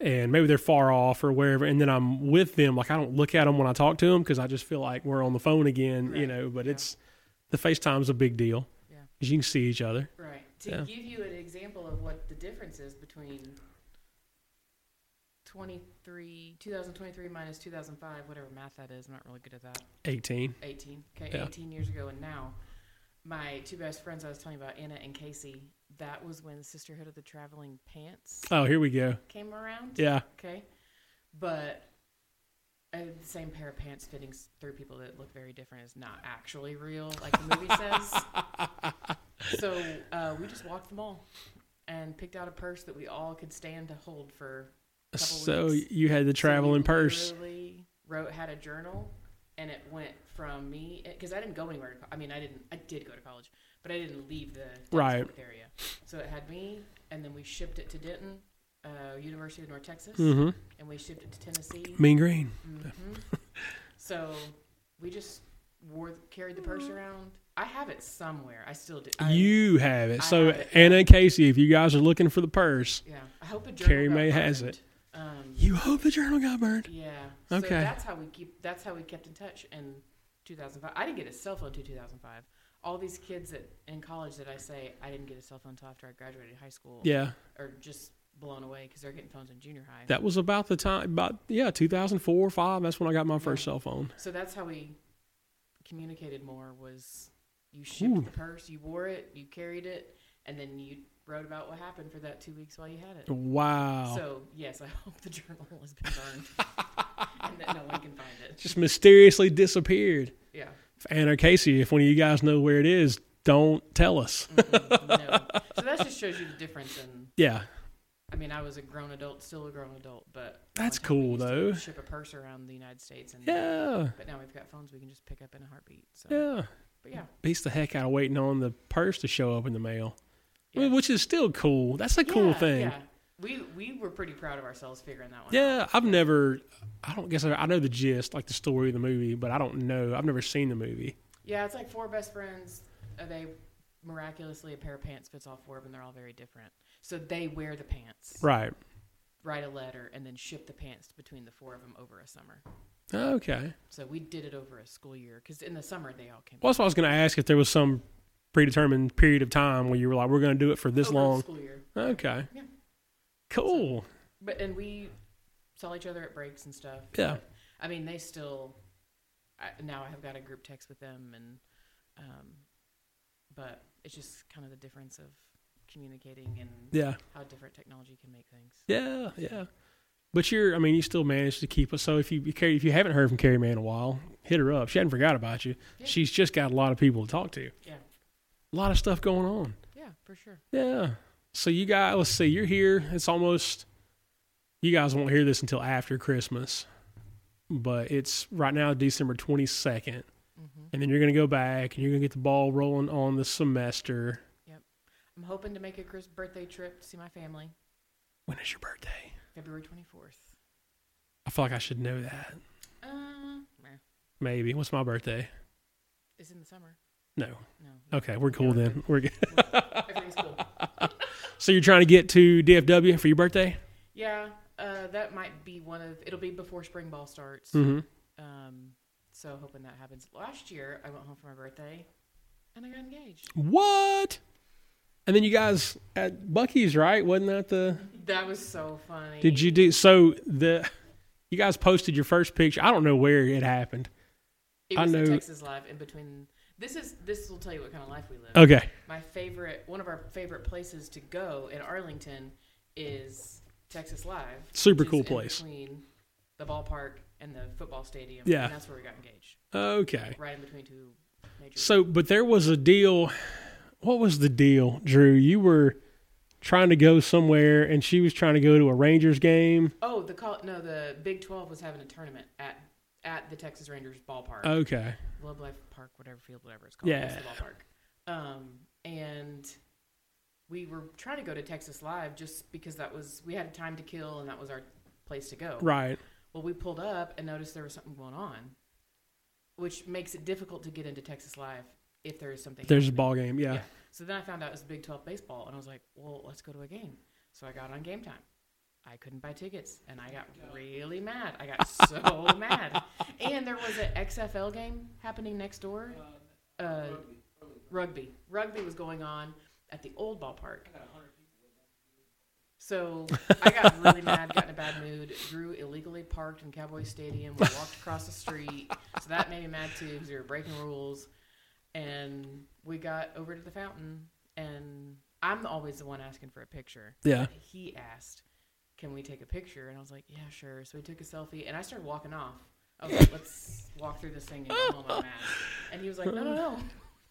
S1: and maybe they're far off or wherever, and then I'm with them, like I don't look at them when I talk to them because I just feel like we're on the phone again, you
S2: Right.
S1: know. But
S2: Yeah.
S1: it's the FaceTime's a big deal
S2: Yeah.
S1: because you can see each other.
S2: Right. To
S1: Yeah.
S2: give you an example of what the difference is between 23, 2023 minus 2005, whatever math that is, I'm not really good at that.
S1: 18.
S2: 18, okay,
S1: Yeah.
S2: 18 years ago and now. My two best friends I was telling you about, Anna and Casey, that was when Sisterhood of the Traveling Pants
S1: Oh, here we go.
S2: came around.
S1: Yeah.
S2: Okay. But uh, the same pair of pants fitting s- through people that look very different is not actually real, like the movie says. So uh, we just walked the mall and picked out a purse that we all could stand to hold for. Couple
S1: So
S2: weeks.
S1: you had the
S2: so
S1: travel
S2: we
S1: in purse.
S2: literally Wrote had a journal, and it went from me because I didn't go anywhere. To, co- I mean, I didn't. I did go to college, but I didn't leave the
S1: Right.
S2: Dallas-Fort Worth area. So it had me, and then we shipped it to Denton, uh, University of North Texas,
S1: Mm-hmm.
S2: and we shipped it to Tennessee.
S1: Mean green.
S2: hmm so we just wore carried the purse around. I have it somewhere. I still do. I,
S1: you have it.
S2: I
S1: so
S2: have it,
S1: Anna and Casey, if you guys are looking for the purse,
S2: yeah. I hope a journal.
S1: Carrie
S2: got
S1: Mae has
S2: burned.
S1: it.
S2: Um,
S1: you hope the journal got burned.
S2: yeah.
S1: Okay.
S2: So that's how we keep. That's how we kept in touch in 2005. I didn't get a cell phone till 2005. All these kids that in college that I say I didn't get a cell phone till after I graduated high school.
S1: Yeah,
S2: Are just blown away because they're getting phones in junior high.
S1: that was about the time. About yeah, two thousand four or five. That's when I got my first cell phone.
S2: So that's how we communicated more was you shipped
S1: Ooh.
S2: the purse, you wore it, you carried it, and then you wrote about what happened for that two weeks while you had it.
S1: Wow.
S2: So yes, I hope the journal has been burned and that no one can find it.
S1: Just mysteriously disappeared.
S2: Yeah.
S1: Anna or Casey, if one of you guys know where it is, don't tell us.
S2: Mm-mm, no. So that just shows you the difference in
S1: yeah,
S2: I mean, I was a grown adult, still a grown adult, but
S1: That's
S2: one time we
S1: cool,
S2: used to
S1: though.
S2: Ship a purse around the United States and
S1: yeah,
S2: but now we've got phones we can just pick up in a heartbeat. So
S1: yeah.
S2: but yeah.
S1: Beats the heck out of waiting on the purse to show up in the mail, I
S2: yeah.
S1: mean, which is still cool. That's a cool
S2: Yeah,
S1: thing.
S2: Yeah. We we were pretty proud of ourselves figuring that one out.
S1: Yeah, I've never. I don't guess I, I know the gist, like the story of the movie, but I don't know. I've never seen the movie.
S2: Yeah, it's like four best friends. uh, They miraculously a pair of pants fits all four of them. They're all very different. So they wear the pants,
S1: Right.
S2: write a letter, and then ship the pants between the four of them over a summer.
S1: Okay.
S2: So we did it over a school year because in the summer they all came.
S1: Well, that's what I was going to ask if there was some predetermined period of time where you were like, we're going to do it for this
S2: over the
S1: long.
S2: school year.
S1: Okay.
S2: Oh, Yeah.
S1: Cool.
S2: But and we saw each other at breaks and stuff.
S1: Yeah.
S2: But, I mean, they still. I, now I have got a group text with them, and um, but it's just kind of the difference of communicating and
S1: Yeah.
S2: how different technology can make things.
S1: Yeah. Yeah. But you're, I mean, you still managed to keep us. So if you Carrie- if you haven't heard from Carrie Mae in a while, hit her up. She hadn't forgot about you.
S2: Yeah.
S1: She's just got a lot of people to talk to.
S2: Yeah.
S1: A lot of stuff going on.
S2: Yeah, for sure.
S1: Yeah. So you guys, let's see, you're here. It's almost. You guys won't hear this until after Christmas, but it's right now December twenty second,
S2: hmm
S1: and then you're gonna go back and you're gonna get the ball rolling on the semester.
S2: I'm hoping to make a Chris birthday trip to see my family
S1: When is your birthday?
S2: February 24th.
S1: I feel like I should know that.
S2: Uh, meh.
S1: Maybe. What's my birthday?
S2: it's in the summer.
S1: No.
S2: No,
S1: Okay, we're cool then. We're good.
S2: everything's cool.
S1: So you're trying to get to DFW for your birthday?
S2: Yeah, uh, that might be one of. It'll be before spring ball starts.
S1: Mhm.
S2: Um, so hoping that happens. Last year, I went home for my birthday, and I got engaged.
S1: What? And then you guys at Bucky's, right? Wasn't that the?
S2: That was so funny.
S1: Did you do so? The you guys posted your first picture. I don't know where it happened.
S2: It
S1: I
S2: was the
S1: know-
S2: Texas Live in between. This is this will tell you what kind of life we live.
S1: Okay.
S2: My favorite, one of our favorite places to go in Arlington is Texas Live.
S1: Super
S2: which is
S1: cool
S2: in
S1: place.
S2: Between the ballpark and the football stadium.
S1: Yeah.
S2: and that's where we got engaged.
S1: Okay.
S2: Right in between two major.
S1: So, but there was a deal. What was the deal, Drew? You were trying to go somewhere, and she was trying to go to a Rangers game.
S2: Oh, the call. No, the Big Twelve was having a tournament at at the Texas Rangers ballpark,
S1: Okay.
S2: Globe Life Park, whatever field, whatever it's called. It's the ballpark. Um, and we were trying to go to Texas Live just because that was we had time to kill and that was our place to go.
S1: Right.
S2: Well, we pulled up and noticed there was something going on, which makes it difficult to get into Texas Live if there is something.
S1: There's a
S2: happening.
S1: ball game. Yeah.
S2: So then I found out it was Big 12 baseball, and I was like, well, let's go to a game. So I got on game time. I couldn't buy tickets, and I got really mad. I got so mad. And there was an XFL game happening next door. Uh, rugby. Rugby was going on at the old ballpark. So I got really mad, got in a bad mood. Drew illegally parked in Cowboy Stadium. We walked across the street. So that made me mad too because we were breaking rules and we got over to the fountain and i'm always the one asking for a picture
S1: Yeah.
S2: But he asked can we take a picture and i was like yeah sure so we took a selfie and i started walking off i was like let's walk through this thing and go home I'm mad. and he was like no no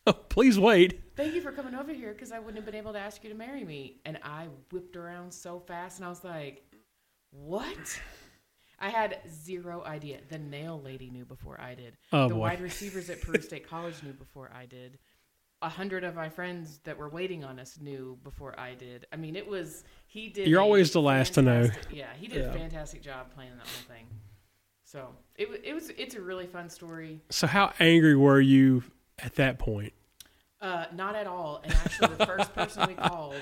S2: no
S1: Please wait.
S2: thank you for coming over here because i wouldn't have been able to ask you to marry me and i whipped around so fast and i was like what I had zero idea. The nail lady knew before I did.
S1: Oh,
S2: the
S1: boy.
S2: wide receivers at Peru State College knew before I did. A hundred of my friends that were waiting on us knew before I did. I mean, it was he did.
S1: You're
S2: a
S1: always the last to know.
S2: fantastic- Yeah, he did
S1: Yeah.
S2: a fantastic job playing that whole thing. So it wa- it was it's a really fun story.
S1: So, how angry were you at that point?
S2: Uh, not at all. And actually, the first person we called,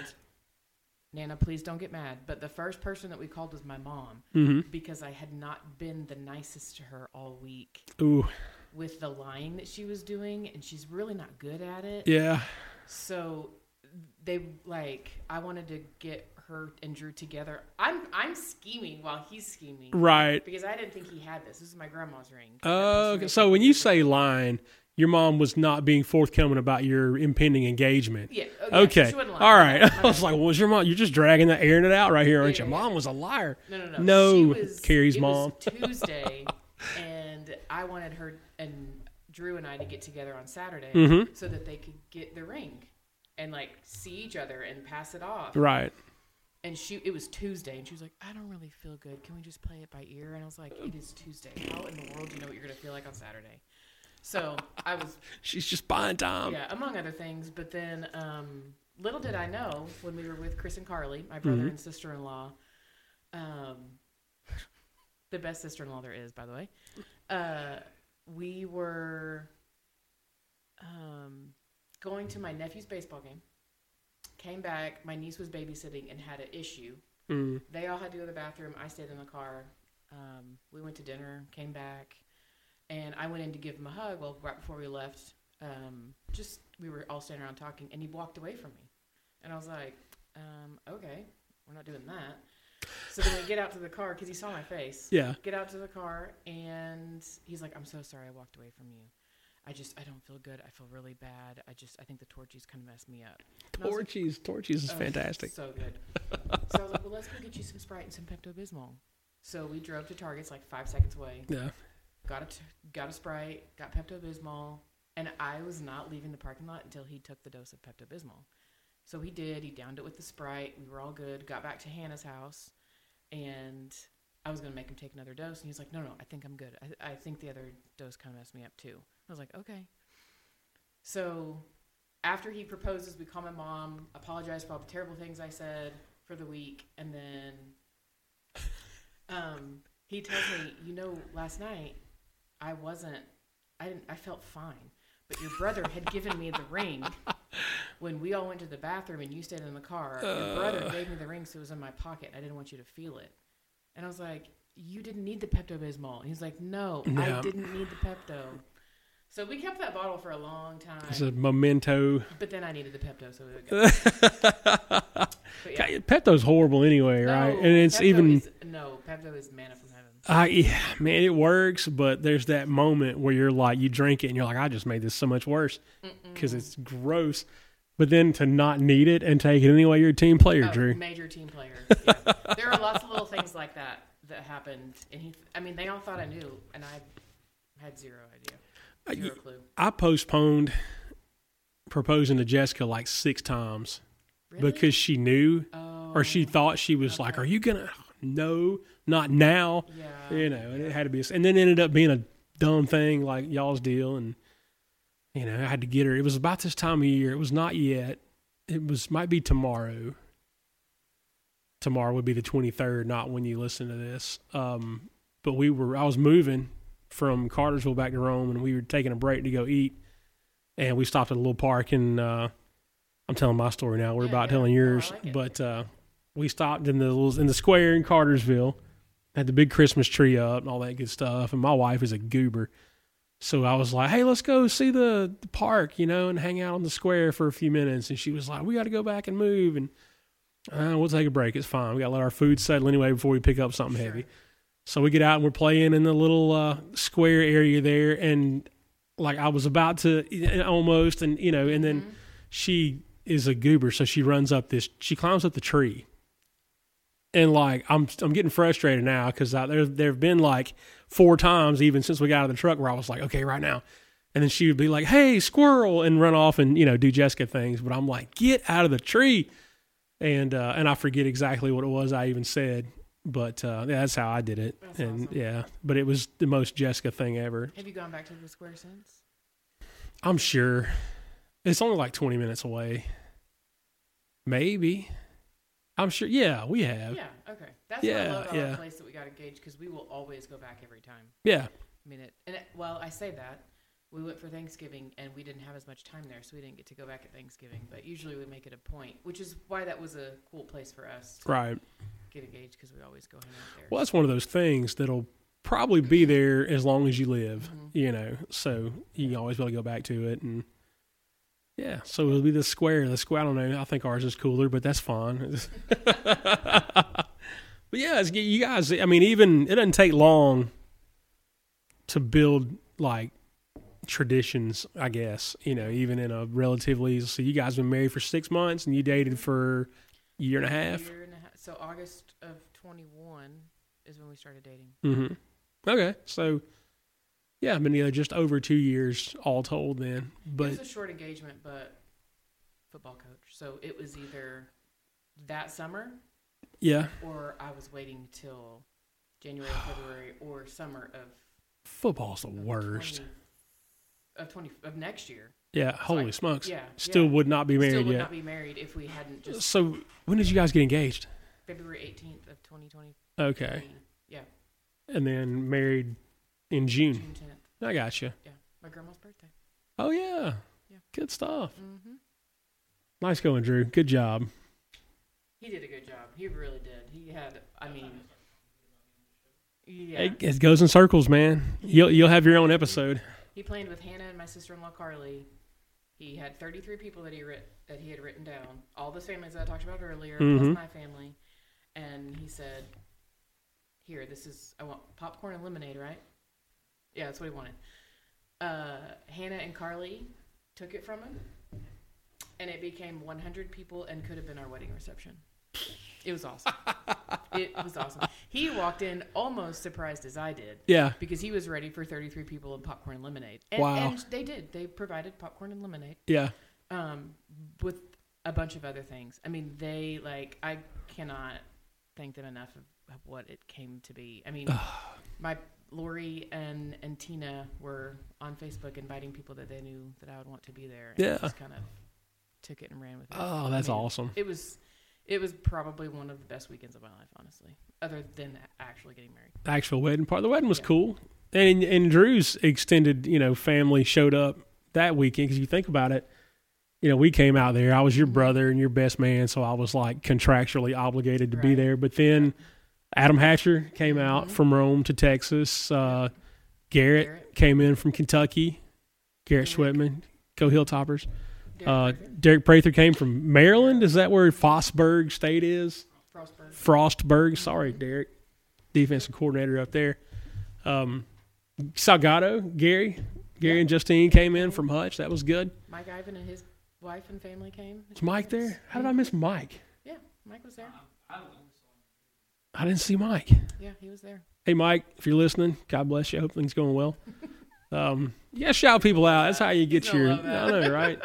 S2: Nana, please don't get mad, but the first person that we called was my mom
S1: Mm-hmm.
S2: because I had not been the nicest to her all week
S1: Ooh.
S2: with the lying that she was doing, and she's really not good at it.
S1: Yeah.
S2: So they like I wanted to get her and Drew together. I'm I'm scheming while he's scheming
S1: Right.
S2: because I didn't think he had this. This is my grandma's ring.
S1: Oh, okay. so when you say lying, your mom was not being forthcoming about your impending engagement.
S2: yeah, oh, yeah,
S1: Okay.
S2: she
S1: All
S2: wouldn't lie.
S1: right.
S2: My
S1: I was like, well, was your mom? You're just dragging that, airing it out right here, aren't
S2: Yeah,
S1: you?
S2: yeah,
S1: Mom was a liar.
S2: No, no, no.
S1: No,
S2: She was,
S1: Carrie's
S2: it
S1: mom.
S2: Was Tuesday, and I wanted her and Drew and I to get together on Saturday
S1: Mhm.
S2: so that they could get the ring and like see each other and pass it off.
S1: Right.
S2: And she, it was Tuesday, and she was like, "I don't really feel good. Can we just play it by ear?" And I was like, "It is Tuesday. How in the world do you know what you're gonna feel like on Saturday?" So I was
S1: She's just buying time.
S2: yeah, among other things. But then, um, little did I know when we were with Chris and Carly, my brother and sister in law, um, the best sister in law there is, by the way. Uh, we were um, going to my nephew's baseball game. Came back, my niece was babysitting and had an issue.
S1: Mm.
S2: They all had to go to the bathroom. I stayed in the car. Um, we went to dinner, came back, and I went in to give him a hug. Well, right before we left, um, just we were all standing around talking, and he walked away from me, and I was like, um, "Okay, we're not doing that." So then we get out to the car because he saw my face.
S1: Yeah.
S2: Get out to the car, and he's like, "I'm so sorry, I walked away from you. I just I don't feel good. I feel really bad. I just I think the torchies kind of messed me up." And I was like,
S1: Torchies. Torchies is
S2: Oh,
S1: fantastic.
S2: So good. so I was like, well, let's go get you some Sprite and some Pepto Bismol. So we drove to Target's like five seconds away,
S1: Yeah.
S2: got a, t- got a Sprite, got Pepto Bismol, and I was not leaving the parking lot until he took the dose of Pepto Bismol. So he did. He downed it with the Sprite. We were all good. Got back to Hannah's house, and I was going to make him take another dose. And he was like, no, no, I think I'm good. I, I think the other dose kind of messed me up too. I was like, okay. So after he proposes, we call my mom, apologize for all the terrible things I said for the week, and then um, he tells me, you know, last night I wasn't, I didn't, I felt fine, But your brother had given me the ring when we all went to the bathroom and you stayed in the car. Your brother gave me the ring, so it was in my pocket. I didn't want you to feel it. And I was like, You didn't need the Pepto Bismol. He's like, No,
S1: Yeah.
S2: I didn't need the Pepto. So we kept that bottle for a long time.
S1: It's a memento.
S2: But then I needed the Pepto, so it got but yeah.
S1: God, Pepto's horrible anyway, right?
S2: No,
S1: And it's
S2: Pepto
S1: even
S2: is- no Pepto is manna from heaven.
S1: I yeah, man, it works, but there's that moment where you're like, you drink it and you're like, I just made this so much worse because it's gross. But then to not need it and take it anyway, you're a team player,
S2: Oh,
S1: Drew.
S2: Major team player. Yeah. there are lots of little things like that that happened, and he. I mean, they all thought I knew, and I had zero
S1: Uh,
S2: idea, zero clue.
S1: I postponed proposing to Jessica like six times
S2: Really?
S1: because she knew
S2: oh,
S1: or she thought she was like, Are you gonna? No, not now.
S2: Yeah.
S1: You know, and it had to be, and then it ended up being a dumb thing like y'all's deal, and you know, I had to get her. It was about this time of year. It was not yet. It was might be tomorrow. Tomorrow would be the twenty third, not when you listen to this. Um, but we were, I was moving from Cartersville back to Rome, and we were taking a break to go eat, and we stopped at a little park, and uh, I'm telling my story now. We're
S2: Yeah,
S1: about
S2: yeah.
S1: telling
S2: No, I
S1: yours,
S2: like it.
S1: but uh, we stopped in the little, in the square in Cartersville had the big Christmas tree up and all that good stuff. And my wife is a goober. So I was like, hey, let's go see the, the park, you know, and hang out on the square for a few minutes. And she was like, we got to go back and move. And uh, we'll take a break. It's fine. We got to let our food settle anyway before we pick up something
S2: Sure.
S1: heavy. So we get out and we're playing in the little uh, square area there. And like I was about to almost, and, you know, and then she is a goober. So she runs up this, she climbs up the tree and like I'm I'm getting frustrated now because there there have been like four times even since we got out of the truck where I was like, okay, right now, and then she would be like, hey, squirrel, and run off and you know do Jessica things, but I'm like, get out of the tree, and uh, and I forget exactly what it was I even said, but uh, yeah, that's how I did it,
S2: That's
S1: and
S2: awesome.
S1: yeah, but it was the most Jessica thing ever.
S2: Have you gone back to the square since?
S1: I'm sure it's only like 20 minutes away, maybe. I'm sure. Yeah, we have.
S2: Yeah. Okay. That's what
S1: Yeah,
S2: I love about
S1: yeah.
S2: our place that we got engaged because we will always go back every time.
S1: yeah.
S2: I mean, it, and it, well, I say that we went for Thanksgiving and we didn't have as much time there, so we didn't get to go back at Thanksgiving. But usually we make it a point, which is why that was a cool place for us to
S1: Right.
S2: get engaged because we always go hang out there.
S1: Well, that's one of those things that'll probably be there as long as you live, you know. So you can always be able to go back to it, and yeah. So it'll be the square. The square. I don't know. I think ours is cooler, but that's fine. but yeah, it's, you guys. I mean, even it doesn't take long to build like traditions. I guess you know, even in a relatively. So you guys been married for six months, and you dated for a year and a half.
S2: Year and a half. So August of 21 is when we started dating.
S1: hmm Okay, so yeah, I've been together just over two years all told. Then,
S2: it
S1: but
S2: was a short engagement, but football coach. So it was either that summer
S1: yeah,
S2: or I was waiting till January, February, or summer of
S1: football's the
S2: of
S1: worst.
S2: 20 of 20 of next year.
S1: Yeah, holy
S2: like-
S1: smokes.
S2: yeah,
S1: still
S2: yeah.
S1: would not be
S2: Still
S1: married
S2: would
S1: yet.
S2: not be married if we hadn't just
S1: so when did you guys get engaged?
S2: February 18th of 2020.
S1: Okay,
S2: Yeah,
S1: and then married in June.
S2: June 10th.
S1: I got you.
S2: Yeah, my grandma's birthday.
S1: Oh yeah,
S2: Yeah.
S1: good stuff.
S2: hmm
S1: Nice going, Drew. Good job.
S2: He did a good job. He really did. He had, I mean, yeah.
S1: It, it goes in circles, man. You'll you'll have your own episode.
S2: He planned with Hannah and my sister-in-law Carly. He had 33 people that he writ- that he had written down, all those families that I talked about earlier,
S1: Mhm.
S2: plus my family, and he said, "Here, this is I want popcorn and lemonade, right?" Yeah, that's what he wanted. Uh, Hannah and Carly took it from him, and it became 100 people and could have been our wedding reception. It was awesome. it was awesome. He walked in almost surprised as I did
S1: Yeah.
S2: because he was ready for 33 people and popcorn and lemonade. And,
S1: Wow.
S2: and they did. They provided popcorn and lemonade
S1: Yeah,
S2: um, with a bunch of other things. I mean, they like I cannot thank them enough of, of what it came to be. I mean, my Lori and and Tina were on Facebook inviting people that they knew that I would want to be there. And
S1: Yeah.
S2: just kind of took it and ran with it.
S1: Oh, that's
S2: I mean,
S1: awesome.
S2: It was. It was probably one of the best weekends of my life, honestly. Other than actually getting married.
S1: the actual wedding part. The wedding was
S2: Yeah.
S1: cool, and and Drew's extended you know family showed up that weekend because you think about it, you know, we came out there. I was your brother and your best man, so I was like contractually obligated to be
S2: Right. Mm-hmm.
S1: there. But then Adam Hatcher came out from Rome to Texas. Uh, Garrett,
S2: Garrett.
S1: came in from Kentucky. Garrett
S2: Derek.
S1: Schwitman, go Hilltoppers.
S2: Derek
S1: Uh,
S2: Parker,
S1: Derek Prather came from Maryland. Is that where Fossburg State is?
S2: Frostburg.
S1: Frostberg. Sorry, Derek, defensive coordinator up there. Um, Salgado, Gary, Gary and Justine came in from Hutch. That was good.
S2: Mike Ivan and his wife and family came.
S1: Was Mike there? How did I miss Mike?
S2: Yeah, Mike was there.
S1: I didn't see Mike.
S2: Yeah, he was there.
S1: Hey, Mike, if you're listening, God bless you. I hope things going well. Um, yeah, shout people out. That's how you get
S2: gonna
S1: your.
S2: love that.
S1: I know, right?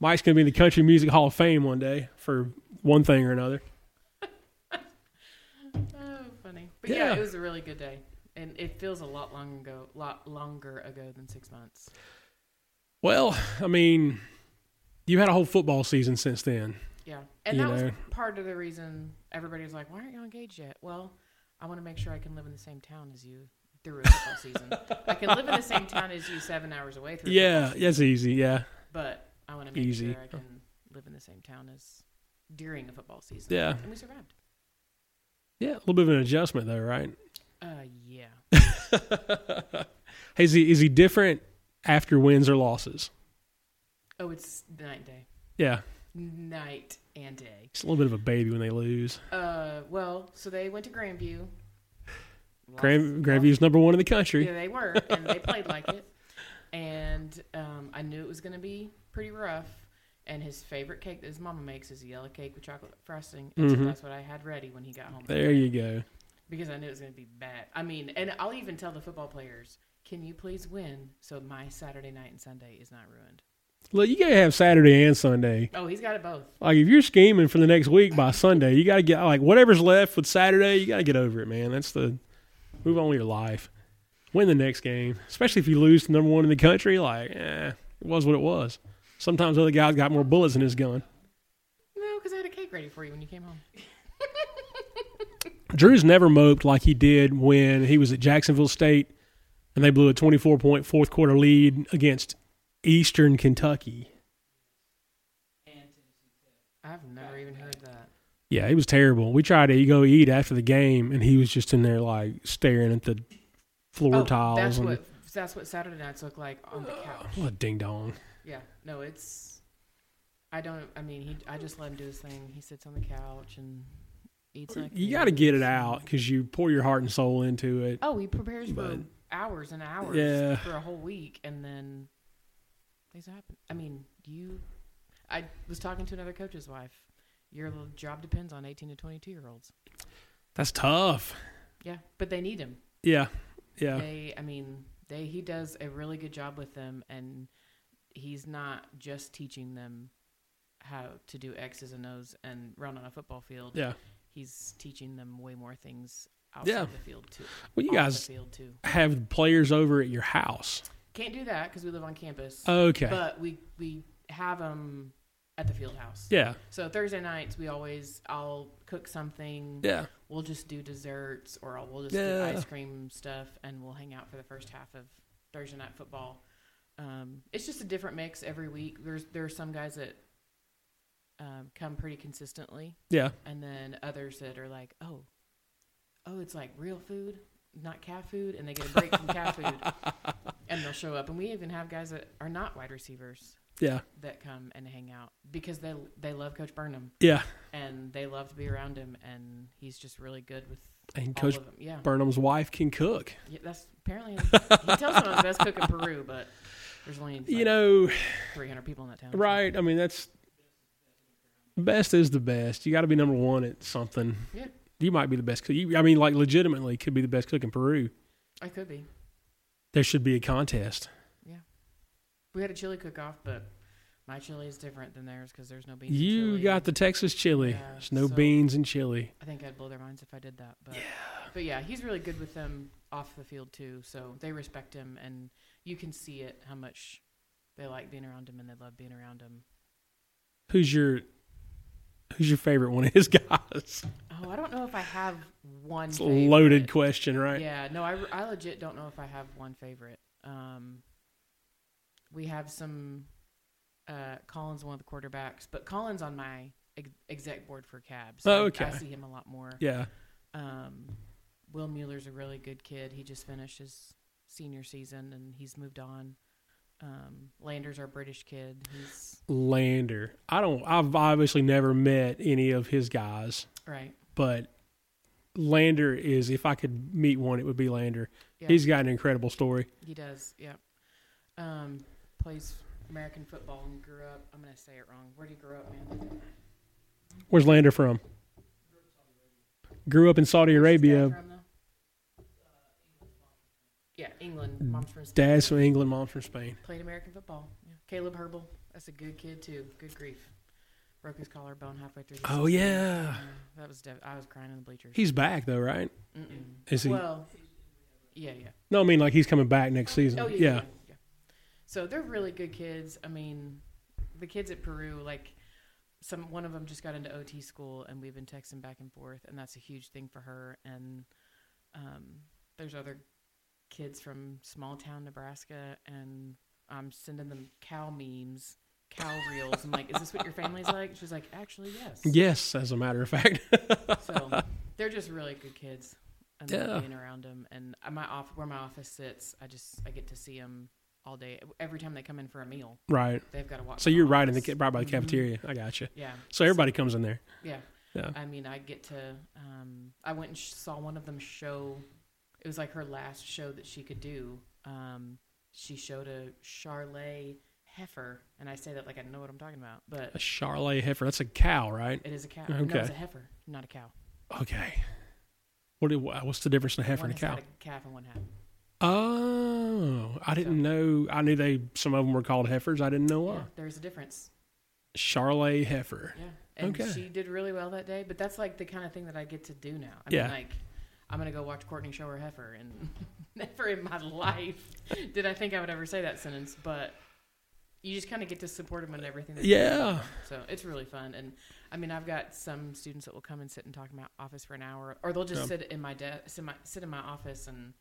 S1: Mike's gonna be in the Country Music Hall of Fame one day for one thing or another.
S2: Oh, funny. But yeah.
S1: Yeah.
S2: it was a really good day, and it feels a lot long ago, lot longer ago than six months.
S1: Well, I mean, you had a whole football season since then.
S2: Yeah, and
S1: You
S2: that
S1: know.
S2: was part of the reason everybody was like, "Why aren't you engaged yet?" Well, I want to make sure I can live in the same town as you through a football season. I can live in the same town as you seven hours away through. a
S1: Yeah,
S2: football season,
S1: that's easy. Yeah,
S2: but I want to make
S1: Easy.
S2: sure I can live in the same town as during a football season.
S1: Yeah.
S2: and we survived.
S1: Yeah, a little bit of an adjustment though, right?
S2: Uh, yeah.
S1: Hey, Is he is he different after wins or losses?
S2: Oh, it's night and day,
S1: Yeah,
S2: night and day.
S1: it's a little bit of a baby when they lose.
S2: Uh, well, so they went to Grandview.
S1: Grand,
S2: Lost-
S1: Grandview's number one in the country.
S2: Yeah, they were, and they played like it. And um, I knew it was going to be pretty rough. And his favorite cake that his mama makes is a yellow cake with chocolate frosting, and
S1: Mhm.
S2: so that's what I had ready when he got home.
S1: There you go.
S2: Because I knew it was going to be bad. I mean, and I'll even tell the football players, "Can you please win so my Saturday night and Sunday is not ruined?"
S1: Look, you gotta have Saturday and Sunday.
S2: Oh, he's got it both.
S1: Like if you're scheming for the next week by Sunday, you gotta get like whatever's left with Saturday. You gotta get over it, man. That's the move on with your life. Win the next game, especially if you lose to number one in the country. Like, eh, it was what it was. Sometimes other guys got more bullets in his gun.
S2: No, because I had a cake ready for you when you came home.
S1: Drew's never moped like he did when he was at Jacksonville State and they blew a 24 point fourth quarter lead against Eastern Kentucky.
S2: I've never even heard that.
S1: Yeah, it was terrible. We tried to go eat after the game and he was just in there like staring at the floor
S2: Oh,
S1: tiles.
S2: That's
S1: and, Oh,
S2: what that's what Saturday nights look like on the couch.
S1: What a ding dong.
S2: Yeah, no, it's. I don't. I mean, he. I just let him do his thing. He sits on the couch and eats. Like
S1: You got to get it out because you pour your heart and soul into it.
S2: Oh, he prepares for
S1: But-
S2: hours and hours
S1: Yeah.
S2: for a whole week, and then things happen. I mean, you. I was talking to another coach's wife. Your little job depends on eighteen to twenty-two year olds.
S1: That's tough.
S2: Yeah, but they need him.
S1: Yeah. Yeah.
S2: They. I mean, they. He does a really good job with them, and he's not just teaching them how to do X's and O's and run on a football field.
S1: Yeah.
S2: he's teaching them way more things outside
S1: Yeah.
S2: the field too.
S1: Well, you
S2: off
S1: guys
S2: the field too.
S1: have players over at your house.
S2: Can't do that because we live on campus.
S1: Oh, Okay.
S2: But we we have them at the field house.
S1: yeah.
S2: So Thursday nights we always I'll cook something.
S1: Yeah.
S2: We'll just do desserts or I'll, we'll just do
S1: Yeah.
S2: ice cream stuff and we'll hang out for the first half of Thursday night football. Um, it's just a different mix every week. There's there are some guys that um, come pretty consistently.
S1: Yeah.
S2: and then others that are like, oh, oh, it's like real food, not cat food, and they get a break from cat food, and they'll show up. And we even have guys that are not wide receivers
S1: Yeah.
S2: that come and hang out because they they love Coach Burnham
S1: Yeah.
S2: and they love to be around him, and he's just really good with
S1: And
S2: all
S1: Coach
S2: of them. Yeah,
S1: Burnham's wife can cook.
S2: yeah that's apparently he tells them I'm the best cook in Peru, but there's only like,
S1: You know,
S2: 300 people in that town. so-
S1: right? I mean, that's best is the best. You got to be number one at something.
S2: Yeah.
S1: You might be the best cook. You, I mean, like legitimately, could be the best cook in Peru.
S2: I could be.
S1: There should be a contest.
S2: We had a chili cook off, but my chili is different than theirs because there's no beans. in
S1: You
S2: chili.
S1: got the Texas chili.
S2: Yeah,
S1: There's no
S2: so-
S1: beans and chili.
S2: I think I'd blow their minds if I did that. But yeah. but yeah, he's really good with them off the field too. So they respect him, and you can see it how much they like being around him and they love being around him.
S1: Who's your Who's your favorite one of his guys?
S2: Oh, I don't know if I have one.
S1: It's a loaded
S2: favorite.
S1: question, right?
S2: Yeah, no, I, I legit don't know if I have one favorite. Um, we have some uh, Collins, one of the quarterbacks, but Collins on my ex- exec board for cabs.
S1: Oh,
S2: I-
S1: okay.
S2: I see him a lot more.
S1: Yeah.
S2: Um, Will Mueller's a really good kid. He just finished his senior season and he's moved on. Um, Landers, our British kid, he's
S1: Lander. I don't. I've obviously never met any of his guys,
S2: right.
S1: but Lander is. If I could meet one, it would be Lander.
S2: Yeah.
S1: He's got an incredible story.
S2: He does, yeah. Um, plays American football and grew up. I'm gonna say it wrong. Where did he grow up, man?
S1: Where's Lander from? Grew up in Saudi
S2: Dad
S1: Arabia.
S2: from, though? Yeah, England. Mom's from Spain.
S1: Dad's from England, mom's from Spain.
S2: Played American football. Yeah. Caleb Herbal. That's a good kid too. Good grief. Broke his collarbone halfway through. the
S1: Oh
S2: season.
S1: yeah,
S2: Yeah, that was. Dev- I was crying in the bleachers.
S1: he's back though, right?
S2: Mm-mm.
S1: Is he?
S2: Well, yeah, yeah.
S1: no, I mean like he's coming back next season.
S2: Oh yeah, yeah.
S1: yeah.
S2: yeah. So they're really good kids. I mean, the kids at Peru, like some one of them just got into OT school, and we've been texting back and forth, and that's a huge thing for her. And um, there's other kids from small town Nebraska, and I'm sending them cow memes, cow reels. I'm like, is this what your family's like? She's like, actually, yes.
S1: Yes, as a matter of fact.
S2: So they're just really good kids. And
S1: Yeah.
S2: yeah. being around them, and uh, my off where my office sits, I just I get to see them all day. Every time they come in for a meal,
S1: right.
S2: they've got to walk.
S1: So
S2: my
S1: you're right in the
S2: office.
S1: ca- right by the
S2: Mhm.
S1: cafeteria. I got you.
S2: Yeah.
S1: So everybody comes in there.
S2: Yeah.
S1: Yeah.
S2: I mean, I get to. Um, I went and sh- saw one of them show. It was like her last show that she could do. Um, she showed a Charlet heifer, and I say that like I know what I'm talking about, but
S1: A Charlet heifer. That's a cow, right?
S2: it is a cow. No, it's
S1: Okay.
S2: a heifer, not a cow.
S1: Okay. What? do- What's the difference in a heifer
S2: one
S1: and a cow?
S2: has got a calf, and one half.
S1: Oh, I didn't know. I knew they. Some of them were called heifers. I didn't know why.
S2: Yeah, there's a difference.
S1: Charlet heifer.
S2: Yeah. And
S1: Okay.
S2: she did really well that day, but that's like the kind of thing that I get to do now. I
S1: Yeah.
S2: mean, like, I'm going to go watch Courtney show her heifer, and never in my life did I think I would ever say that sentence, but you just kind of get to support them in everything. that they do.
S1: Yeah.
S2: So it's really fun. And I mean, I've got some students that will come and sit and talk in my office for an hour, or they'll just
S1: Yeah.
S2: sit in my desk, sit, in my- sit in my office and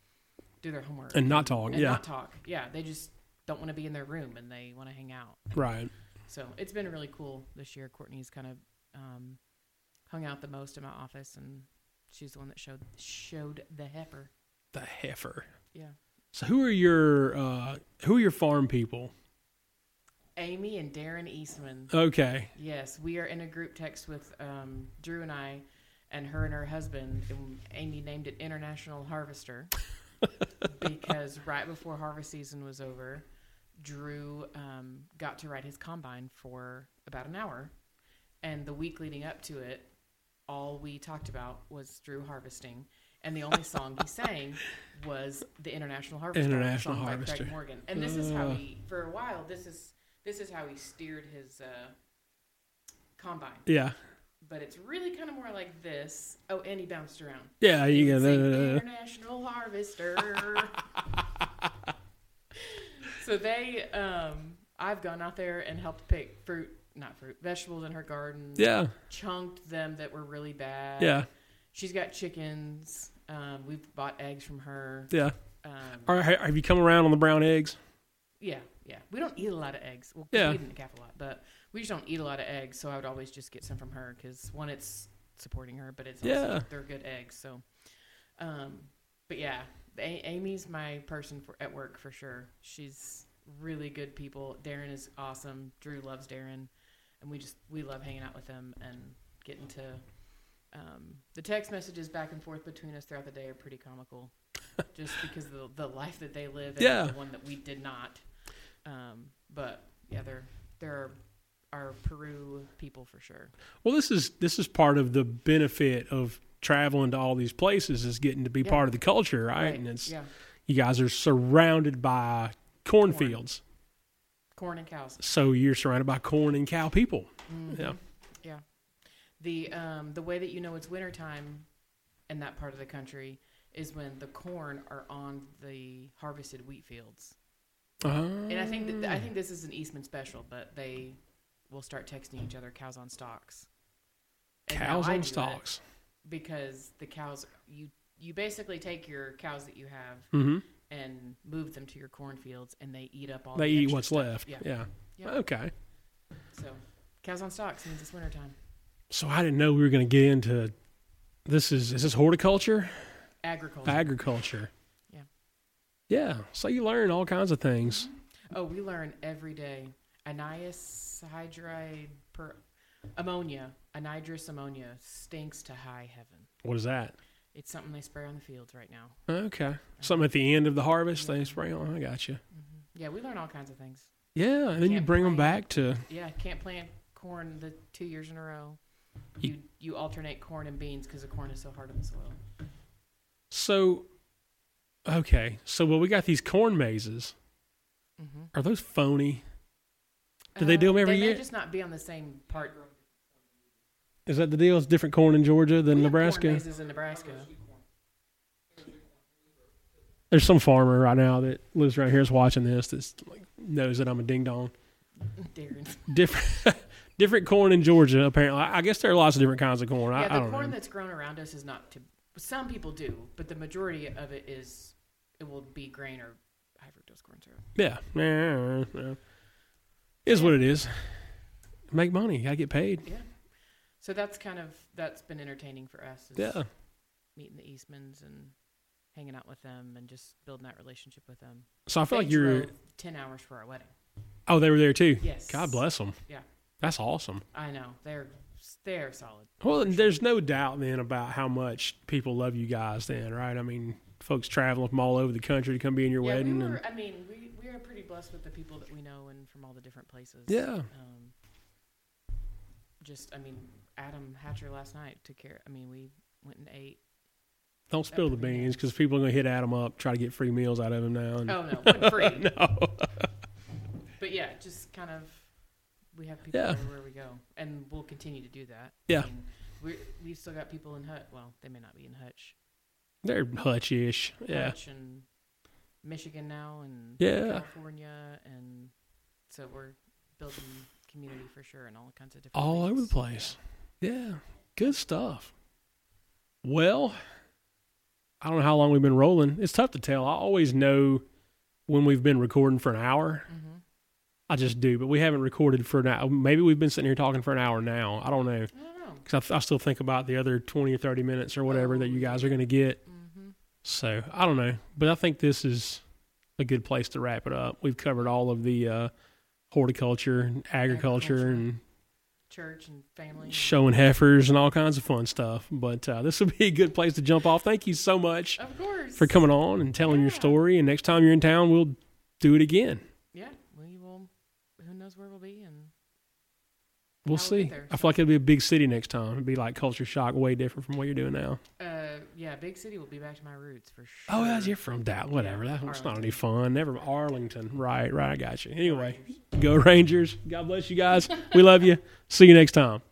S2: do their homework.
S1: And not talk.
S2: and
S1: yeah.
S2: not talk. Yeah. They just don't want to be in their room and they want to hang out.
S1: right.
S2: So it's been really cool this year. Courtney's kind of um, hung out the most in my office, and she's the one that showed showed the heifer.
S1: The heifer.
S2: Yeah,
S1: So who are your uh, who are your farm people?
S2: Amy and Darren Eastman.
S1: Okay.
S2: Yes, we are in a group text with um, Drew and I, and her and her husband. And Amy named it International Harvester because right before harvest season was over, Drew um, got to ride his combine for about an hour, and the week leading up to it, all we talked about was Drew harvesting, and the only song he sang was the International Harvester,
S1: International
S2: song by
S1: Harvester.
S2: Craig Morgan. And this is how
S1: Ugh.
S2: he, for a while, this is this is how he steered his. Uh, combine,
S1: Yeah.
S2: but it's really kind of more like this. Oh, and he bounced around.
S1: Yeah.
S2: He
S1: You
S2: would
S1: got
S2: say,
S1: that.
S2: International Harvester. so they, um, I've gone out there and helped pick fruit, not fruit, vegetables in her garden.
S1: Yeah.
S2: Chunked them that were really bad.
S1: Yeah.
S2: She's got chickens. Um, we've bought eggs from her.
S1: Yeah.
S2: Um,
S1: All right. Have you come around on the brown eggs?
S2: yeah, yeah. We don't eat a lot of eggs. Well,
S1: Yeah.
S2: we eat in the calf a lot, but we just don't eat a lot of eggs. So I would always just get some from her because one, it's supporting her, but it's also,
S1: Yeah.
S2: they're good eggs. So, um, but yeah, A- Amy's my person for at work for sure. She's really good people. Darren is awesome. Drew loves Darren, and we just we love hanging out with them and getting to. Um, the text messages back and forth between us throughout the day are pretty comical, just because of the, the life that they live and
S1: Yeah.
S2: the one that we did not. Um, but yeah, they're they're our Peru people for sure.
S1: Well, this is this is part of the benefit of traveling to all these places is getting to be
S2: Yeah.
S1: part of the culture, right? And it's
S2: yeah,
S1: you guys are surrounded by cornfields,
S2: corn and cows.
S1: so you're surrounded by corn and cow people. Yeah,
S2: Yeah. The um, the way that you know it's wintertime in that part of the country is when the corn are on the harvested wheat fields. And I think that, I
S1: Mm. Ah.
S2: think this is an Eastman special, but they will start texting each other cows on stalks. And now
S1: cows
S2: I
S1: on
S2: do it
S1: stalks.
S2: because the cows you you basically take your cows that you have
S1: hmm
S2: and move them to your cornfields, and they eat up all.
S1: They
S2: the
S1: eat
S2: extra
S1: what's
S2: stuff.
S1: left.
S2: Yeah.
S1: Yeah.
S2: Yeah.
S1: Okay.
S2: So cows on stalks means it's wintertime.
S1: So I didn't know we were going to get into this. Is is this horticulture?
S2: Agriculture.
S1: Agriculture.
S2: Yeah.
S1: Yeah. So you learn all kinds of things.
S2: oh, we learn every day. Anhydrous hydride per ammonia. Anhydrous ammonia stinks to high heaven.
S1: What is that?
S2: It's something they spray on the fields right now.
S1: Okay. Something at the end of the harvest they spray on. I got you.
S2: Yeah, we learn all kinds of things.
S1: Yeah, and then you
S2: Can't
S1: bring them
S2: blame.
S1: back to
S2: Yeah, can't plant corn the two years in a row. You you alternate corn and beans because the corn is so hard on the soil.
S1: so. Okay, so well, we got these corn mazes.
S2: Mhm.
S1: Are those phony? Do they do 'em every
S2: they
S1: year?
S2: May just not be on the same part.
S1: Is that the deal? It's different corn in Georgia than
S2: We have corn
S1: Nebraska.
S2: mazes in Nebraska.
S1: There's some farmer right now that lives right here is watching this that like, knows that I'm a ding dong.
S2: Darren.
S1: Different, different corn in Georgia. Apparently, I I guess there are lots of different kinds of corn. I,
S2: Yeah,
S1: I
S2: the
S1: don't
S2: corn
S1: know.
S2: that's grown around us is not to. Some people do, but the majority of it is it will be grain or high fructose corn syrup.
S1: yeah, yeah, yeah. is what it is. Make money. Gotta get paid.
S2: Yeah. So that's kind of that's been entertaining for us. Is
S1: Yeah.
S2: Meeting the Eastmans and hanging out with them and just building that relationship with them.
S1: So I feel
S2: They
S1: like you're.
S2: drove ten hours for our wedding.
S1: Oh, they were there too.
S2: Yes.
S1: God bless them.
S2: Yeah.
S1: That's awesome.
S2: I know they're they're solid.
S1: Well, and there's no doubt then about how much people love you guys then, right? I mean, folks traveling from all over the country to come be in your
S2: yeah,
S1: wedding.
S2: we were.
S1: and,
S2: I mean, we we are pretty blessed with the people that we know and from all the different places.
S1: Yeah.
S2: Um, just, I mean, Adam Hatcher last night took care. I mean, we went and ate.
S1: don't spill the beans because people are going to hit Adam up, try to get free meals out of him now. And,
S2: Oh no, wasn't free. no. but yeah, just kind of, we have people
S1: Yeah.
S2: everywhere we go, and we'll continue to do that.
S1: Yeah.
S2: I mean, we we've still got people in Hutch. Well, they may not be in Hutch.
S1: They're hutch ish. Yeah.
S2: Hutch and Michigan now, and
S1: Yeah.
S2: California, and so we're building community for sure, and all kinds of different
S1: All over the
S2: things.
S1: place. Yeah. Good stuff. Well, I don't know how long we've been rolling. It's tough to tell. I always know when we've been recording for an hour.
S2: Mm-hmm.
S1: I just do, but we haven't recorded for an hour. Maybe we've been sitting here talking for an hour now. I don't know.
S2: I don't know.
S1: because I, I still think about the other 20 or 30 minutes or whatever that you guys are going to get.
S2: Mm-hmm.
S1: So I don't know, but I think this is a good place to wrap it up. We've covered all of the uh, horticulture and agriculture
S2: Agriculture.
S1: and
S2: Church and family. and-
S1: showing heifers and all kinds of fun stuff. But uh, this would be a good place to jump off. Thank you so much
S2: Of course.
S1: for coming on and telling your
S2: Yeah.
S1: story. And next time you're in town, we'll do it again.
S2: yeah, we will. Who knows where we'll be? And
S1: We'll
S2: I'll be
S1: see.
S2: there.
S1: I feel like it'll be a big city next time. It'd be like culture shock, way different from what you're doing now.
S2: uh, yeah, big city will be back to my roots for sure.
S1: Oh, yeah, you're from Dallas. Whatever.
S2: Yeah,
S1: That's not
S2: Arlington.
S1: any fun. Never Arlington. Right, right. I got you. Anyway, go Rangers. God bless you guys. We love you. See you next time.